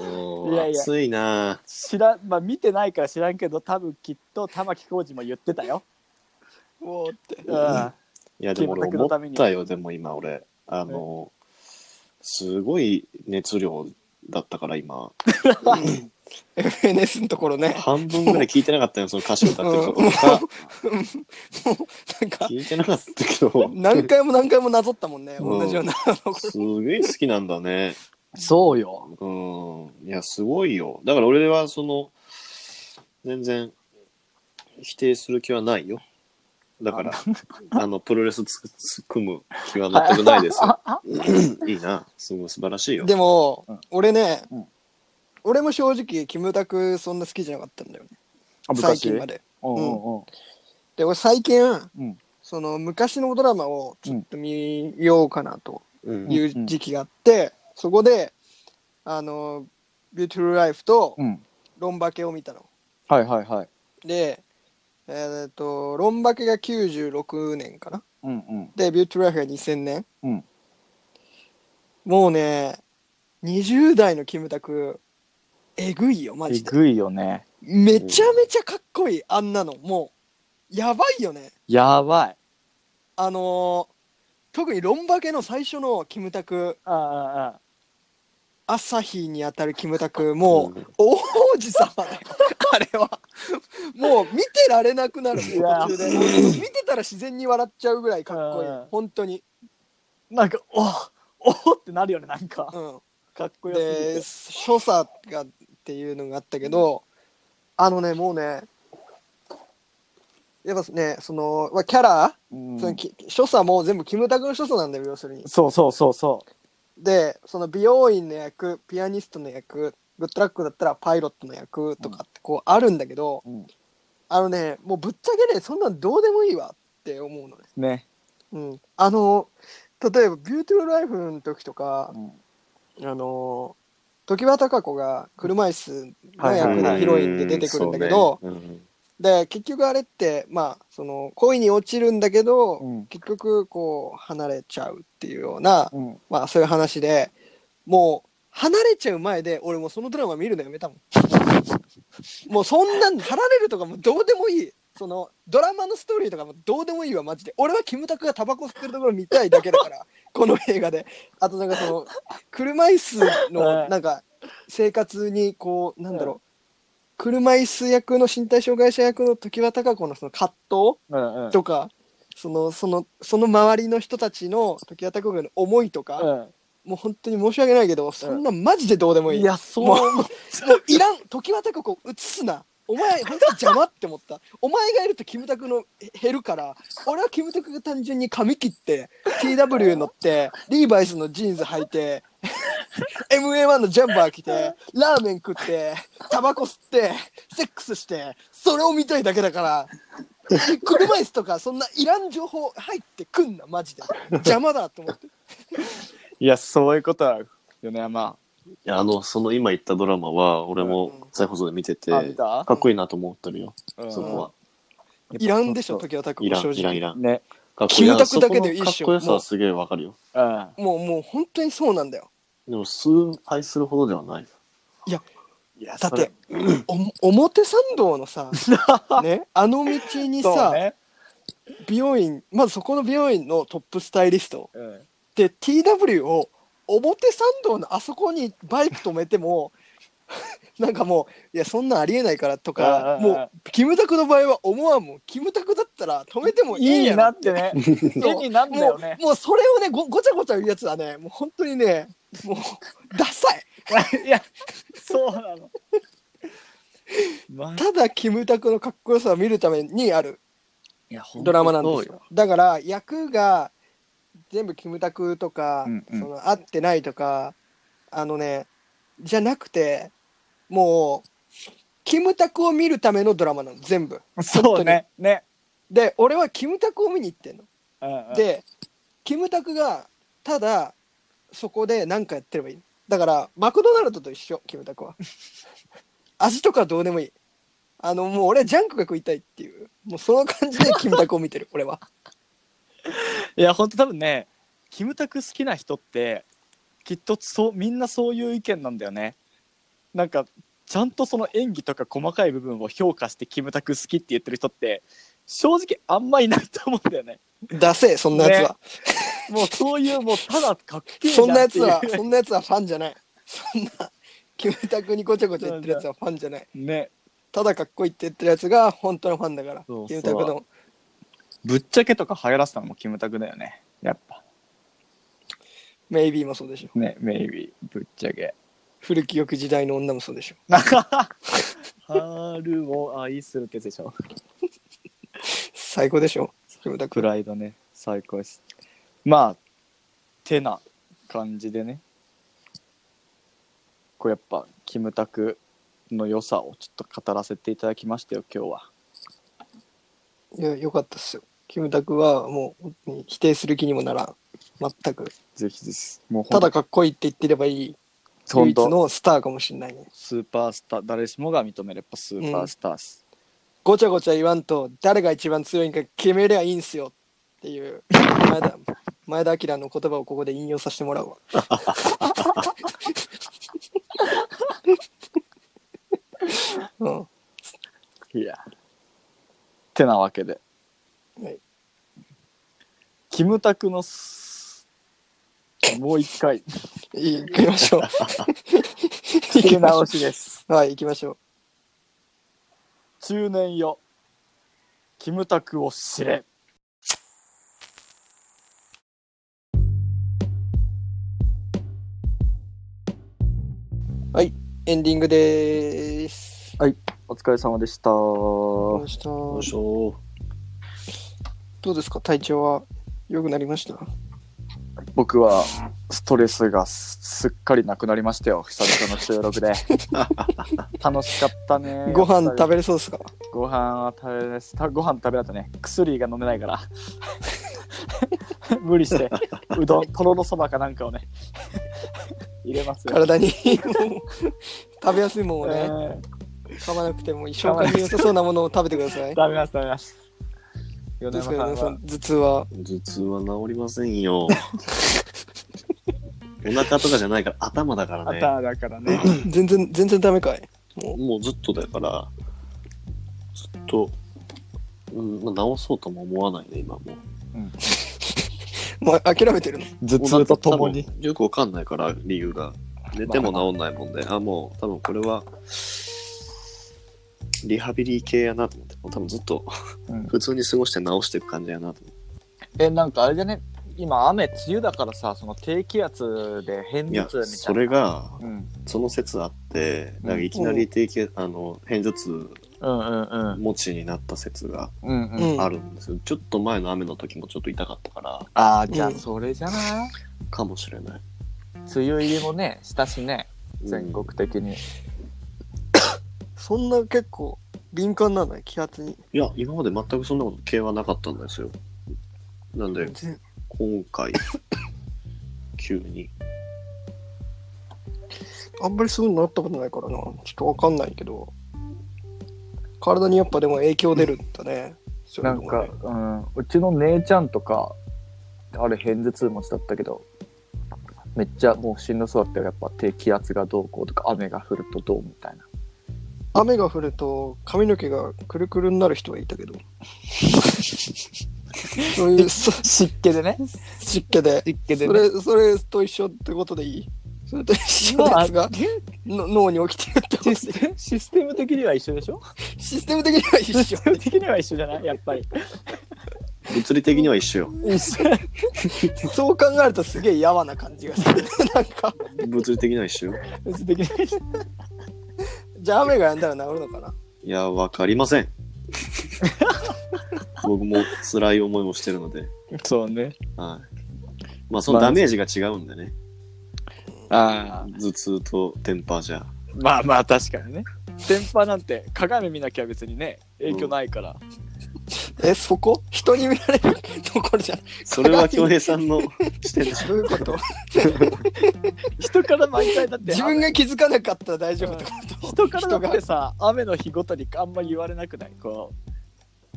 お
いや
ー
いや
熱いな
知らんまあ見てないから知らんけど多分きっと玉置浩二も言ってたよ、
おーって。
うん、
いや、でも
キム
俺
タクの
思
ために
ったよ、でも今俺。あの、すごい熱量だったから今。
FNS のところね。
半分ぐらい聞いてなかったよ、その歌詞歌ってるところとか。
なん か、
聞いてなかったけど、
何回も何回もなぞったもんね。
うん
同じような。
すげえ好きなんだね。
そうよ
うん。いや、すごいよ。だから俺は、その、全然、否定する気はないよ。だから、あの、プロレスつつ組む気は全くないですよ。いいな。すごい素晴らしいよ。
でも
うん、
俺ね
うん、
俺も正直、キムタクそんな好きじゃなかったんだよね。
あ
最近まで。
うんうんうん
で俺最近、
ん
その昔のドラマをちょっと見ようかなと
うん
い。う時期があって、そこであの「ビューティフルライフ」と
うん
「ロンバケ」を見たの。
はいはいはい
でえー、とロンバケが96年かな
うんうん
でビューティフルライフが2000年、
うん
もうね20代のキムタクえぐいよマ
え
ジで
ぐいよね
めちゃめちゃかっこいいあんなのもうやばいよね
やばい
あのー特にロンバケの最初のキムタク
あああ
朝日にあたるキムタクもう、
うん
王子様だよ あれはもう見てられなくなる
いや
もう途中で見てたら自然に笑っちゃうぐらいかっこいい
うん
本当に
なんかおおってなるよねなんか
うん
かっこよ
です所作がっていうのがあったけどあのねもうねやっぱねそのまあキャラ、
ぎて
そのき所作も全部キムタクの所作なんだよ要するに
そうそうそうそう
でその美容院の役ピアニストの役グッドラックだったらパイロットの役とかってこうあるんだけど、
うん
あのねもうぶっちゃけねそんなんどうでもいいわって思うのね、
ね、
うん、あの例えば「ビューティフルライフ」の時とか
う、ん
あの時盤貴子が車椅子の
はい
役
はいは
の
い
ヒロインで出てくるんだけど、
うんそうね
で結局あれってまあその恋に落ちるんだけど、
うん
結局こう離れちゃうっていうような
うん、
まあそういう話でもう離れちゃう前で俺もうそのドラマ見るのやめたもん もうそんなん離れるとかもうどうでもいいそのドラマのストーリーとかもどうでもいいわマジで俺はキムタクがタバコ吸ってるところ見たいだけだから この映画であとなんかその車椅子
う
の
ん
なんか生活にこうなんだろう車椅子役の身体障害者役の常盤貴子のその葛藤、
うんうん
とか、その、その、その周りの人たちの時矢拓の思いとか、もう本当に申し訳ないけど、そんなマジでどうでも
うん、
いい。
いやそう
もう、もういらん、時矢拓子映すな。お前、本当に邪魔って思った。お前がいるとキムタクのへ減るから、俺はキムタクが単純に髪切って、TW 乗って、リーバイスのジーンズ履いて、MA1 のジャンバー着て、ラーメン食って、タバコ吸って、セックスして、それを見たいだけだから、車椅子とかそんないらん情報入ってくんなマジで邪魔だと思って
いやそういうことは米山
いやあの、その今言ったドラマは、俺も再放送で見てて、
あ見た
かっこいいなと思ってるよ、
うん
そこは。
いらんでしょ時はたく
いらん、
正
いらん、い
直
らん。
ね
かっこいい
キムタクだけでいいっ
そ
しょ
このかっこよさはすげえわかるよ。
うん
もうもう本当にそうなんだよ
でも、崇拝するほどではない。
いや
だってお表参道の さ、ね、あの道に
それ
さ、
そうね
美容院まずそこの美容院のトップスタイリスト
うん
で TW を表参道のあそこにバイク止めても なんかもういやそんなんありえないからとか
うんうんうん
もうキムタクの場合は思わんもんキムタクだったら止めてもいい
いい
やろ
なってね
そう
絵になんだよね
もうもうそれをねごごちゃごちゃ言うやつはねもう本当にねもうダサい
いやそうなのまあ
ただキムタクのかっこよさを見るためにある
いやほんと
ドラマなんです
そう
よだから役が全部キムタクとか、
うんうん
その合ってないとかあのねじゃなくてもうキムタクを見るためのドラマなの全部
そうねね、
で俺はキムタクを見に行ってんの
うんうん、
でキムタクがただそこで何かやってればいいだからマクドナルドと一緒キムタ クは味とかどうでもいいあのもう俺はジャンクが食いたいっていうもうその感じでキムタクを見 てる俺はい
や本当多分ねキムタク好きな人ってきっとそうみんなそういう意見なんだよねなんかちゃんとその演技とか細かい部分を評価してキムタク好きって言ってる人って正直あんまいないと思うんだよね
ダセえそんなやつは、
もうそういうもうただかっけえ
そんなやつ
じゃんっ
は
ていう
そんなやつはファンじゃないそんなキムタクにごちゃごちゃ言ってるやつはファンじゃない
ね
ただかっこいいって言ってるやつが本当のファンだから
そうそう
キムタクの
ぶっちゃけとか流行らせたのもキムタクだよねやっぱ
メイビーもそうでしょ
ねメイビーぶっち ゃけ
古き良き時代の女もそうでしょ
春を愛するってやつでしょ
最高でしょキムタ
プ
ク
ライドね最高ですまあてな感じでねこうやっぱキムタクの良さをちょっと語らせていただきましたよ今日は
いや、よかったっすよ。キムタクはもう本当に否定する気にもならん。全く。
ぜひです。もうほ
た
んと
だかっこいいって言ってればいい。唯
本
一
当
のスターかもしれないね。
スーパースター誰しもが認めればスーパースターっす、
ごちゃごちゃ言わんと、誰が一番強いんか決めりゃいいんすよっていう、前田、 前田明の言葉をここで引用させてもら うわ。 うん。
いやてなわけで、
はい
キムタクのすもう一回
いい行きまし ょう。
聞き直しです
はい、行きましょう。
中年よキムタクを知れ
エンディングでーす。
お疲れ様でした
どうでした
どうしよ
どうですか体調は良くなりました
僕はストレスがすすっかりなくなりましたよ久々の収 録で楽しかったね
ご飯食
べ
べれそうですか
ご飯は食べれすたご飯食べられたね薬が飲めないから 無理してうどんとろろそばかなんかをね入れますよ
体に もう食べやすいもんを
え
ね
ー
噛まなくても消化に良さそうなものを食べてくださいど
食べます食べます
うです
米
か
山
皆さ
さんは
ん頭痛 は
う。頭痛は治りません よ。お腹とかじゃないから、頭だからね。
あだからね
全然全然ダメかい
もうずっとだから、ずっと、うん、まあ治そうとも思わないね、今もう。
もう諦めてるの
頭痛とともに
多分よくわかんないから理由が寝ても治んないもんで、あもう多分これはリハビリ系やなと思ってもう多分ずっと
うん
普通に過ごして治していく感じやなと思って、
えなんかあれだね今雨梅雨だからさその低気圧で偏頭
いや
痛みたいな
それが
うん
その説あって
うん
なんかいきなり低気圧あの偏頭痛
うんうんうん
持ちになった説が
うんうん、
うん
あるんですよ、ちょっと前の雨の時もちょっと痛かったから
ああじゃあ
うん
それじゃない、
かもしれない
梅雨入りもねしたしね全国
うん
的に、
そんな結構敏感なんだね気圧に
いや今まで全くそんなこと系はなかったんですよなんで
全
今 回急に
あんまりそういうのなったことないからなちょっとわかんないけど体にやっぱでも影響出るんだねそうい
な
うの
ん
が
か、
ね
うん、うちの姉ちゃんとかあれ偏頭痛持ちだったけどめっちゃもうしんどそうだったよやっぱ低気圧がどうこうとか雨が降るとどうみたいな
雨が降ると髪の毛がくるくるになる人はいたけ どそういうそ
湿気でね
湿気で
湿気で
そ
ね
れそれと一緒ってことでいいそれと一緒のやつがの脳に起きてるってこと
シ
で
ステムシステム的には一緒でしょ
システム的には一
シ
緒
ステム的には一緒じゃないやっぱり
物理的には一緒よ
一緒
そう考えるとすげえやわな感じがす るなんか
物理的には一緒よ
別にできない
じゃあ雨がやんだら治るのかない
やわかり ません僕も辛い思いをしてるので、
そうね
はい、まあそのダメージが違うんでね
あ
頭痛とテンパーじゃ
まあまあ確かにね電波なんて鏡見なきゃ別にね影響ないから、
えそこ人に見られるところじゃない
それは恭平さ んの視点でしょ
どういうこと
人から毎回だって
自分が気づかなかったら大丈夫ってこと
人からだってさ雨の日ごとにあんま言われなくないこう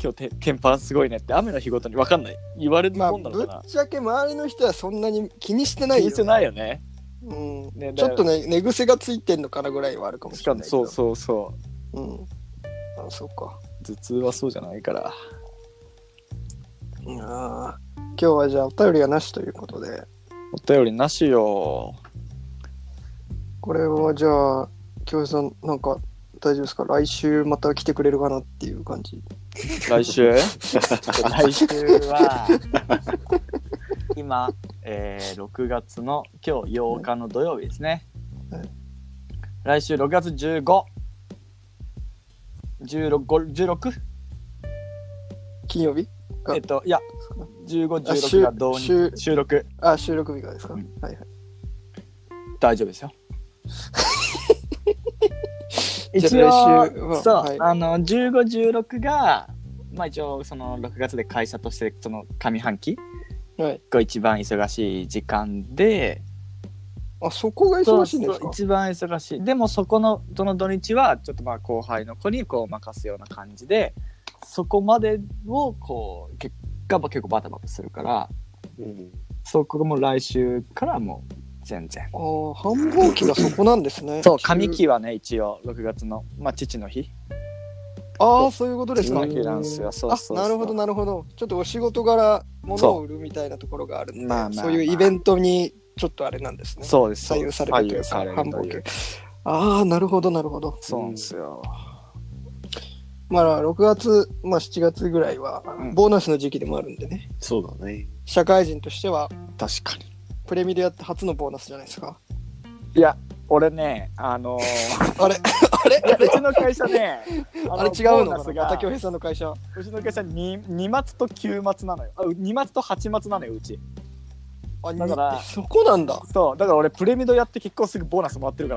今日て天パンすごいねって雨の日ごとに分かんない言われる
まあ
もんなの
ぶ
か
っ
な、
ちゃけ周りの人はそんなに気にしてない
気
よ
にしてないよね
うん
ね
ちょっと
ね
ね寝癖がついてんのかなぐらいはあるかもしれないけ
そ
ど、
うそうそう
うん、あそうか
う頭痛はそうじゃないから
いやー今日はじゃあお便りがなしということで
お便りなしよ
これはじゃあ京平さんなんか大丈夫ですか来週また来てくれるかなっていう感じ
来週 来週は 今、えー6月の今日8日の土曜日ですね、
はい
来週6月15 16 16?
金曜日あ
えっといや15、
あ
16が同
収収
日収録
あ収録日がですか、
うん
はいはい
大丈夫ですよ。一
じゃあ来週は
応そう、
はい
あの15、16がまあ一応その6月で会社としてその上半期
はい。
が一番忙しい時間で
あ、そこが忙しいんです
そうそ
か
う一番忙しいでもそこのその土日はちょっとまあ後輩の子にこう任すような感じでそこまでをこう結果は結構バタバタするから
うん
そこも来週からもう全然
ああ、繁忙期がそこなんですね。
そう上期はね一応6月のまあ父の日
ああ、そういうことですか。
上期なんですよそう
あ
そうそう
なるほどなるほどちょっとお仕事柄物を売るみたいなところがあるんで、
まあまあまあ
そういうイベントにちょっとあれなんですね
そうです
左右されるというか
左右さ
繁
れると
忙
いう
期ああなるほどなるほど
そうなんですよ
まあ6月、まあ、7月ぐらいは
うん
ボーナスの時期でもあるんでね、
そうだね。
社会人としては
確かに
プレミでやって初のボーナスじゃないですか
いや俺ね あのー
あれ あれ
い やうちの会社ねの
あれ違う
ボー
の
ナ
か
ス
な
が
また京平さんの会社
うちの会社 2, 二松と9松なのよあ2松と8松なのようち
あに
だから
そこなんだ
そうだから俺プレミドやって結構すぐボーナスもらってるか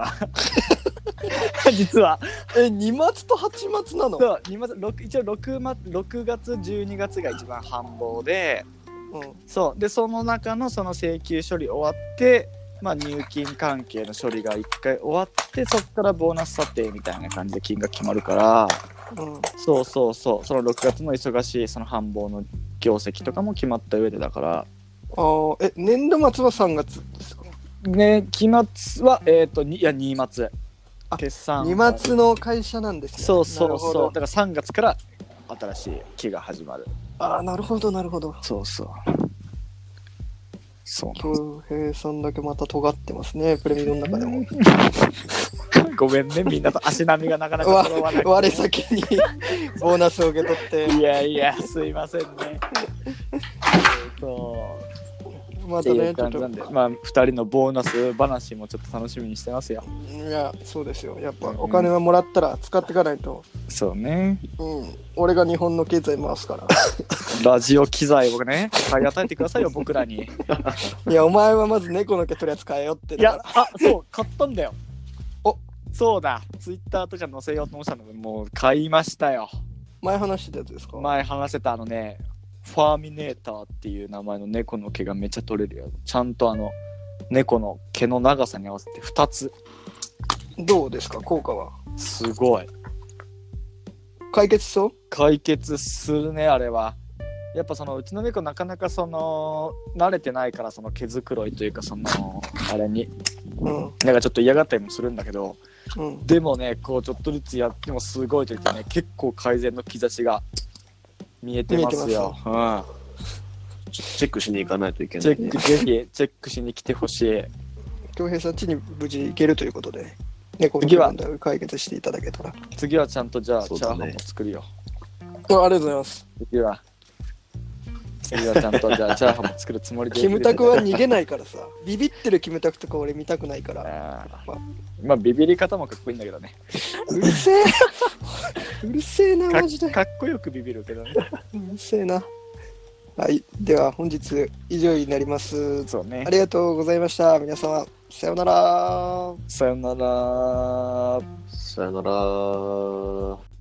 ら 実は
え二2月と8月なの
そう二松六一応 6, ま6月12月が一番繁忙で
うん
そうでその中のその請求処理終わって、まあ、入金関係の処理が1回終わってそっからボーナス査定みたいな感じで金が決まるから
うん
そうそうそうその6月の忙しいその繁忙の業績とかも決まった上でだから
あーえ年度末は3月ですか
ね期末はえっ、とにいや2末
あ
決算
二松の会社なんですね。
そうそ
なる
う
ほ
そう
ど
だから3月から新しい期が始まる
ああ、なるほど、なるほど。
そうそうそう
京平さんだけまた尖ってますね、プレミドの中でも。
ごめんねみんなと足並みがなかなか
わ
揃わない
我先にボーナスを受け取って、
いやいやすいませんねそ
ま
う
た
とい
ね、
う
ちょっ
感じ
と
なんで。まあ2人のボーナス話もちょっと楽しみにしてますよ
いや、そうですよ。やっぱお金はもらったら使っていかないと。
そうね
うん。俺が日本の経済回す から。
ラジオ機材をね買い与えてくださいよ僕らに
いや、お前はまず猫の毛取り扱えよって。
いや、あそう、買ったんだよ。
お
そうだ、ツイッターとか載せようと思ってたので、もう買いましたよ。
前話してたやつですか
前話してたあのね、ファーミネーターっていう名前の猫の毛がめっちゃ取れるよ。ちゃんとあの、猫の毛の長さに合わせて2つ。
どうですか、効果は。
すごい。
解決しそう
解決するね、あれは。やっぱそのうちの猫なかなかその慣れてないからその毛づくろいというかそのあれに
うん。
なんかちょっと嫌がったりもするんだけど
うん。
でもね、こうちょっとずつやってもすごいと言ってね、結構改善の兆しが見えてますよ。
ちょチェックしに行かないといけ
うん、
な
チ
い
ェック、ぜひチェックしに来てほしい。
京平さん家に無事行けるということで、猫の毛問題を解決していただけたら。
次はちゃんとじゃあ、チ
そう
ャーハ
だ
ン
ね
も作るよ。
あありがとうございます。
次は。次はちゃんとじゃあ、チャーハンも作るつもりで。
キムタクは逃げないから さ、ビビってるキムタクとか俺見たくないから。
あーまあ、ビビり方もかっこいいんだけどね。
うるせえ うるせえな、
か
マジで。
かっこよくビビるけどね。
うるせえな。はい、では本日以上になります。
そうね
あ。りがとうございました。皆様、さようなら。
さよなら。
さよなら。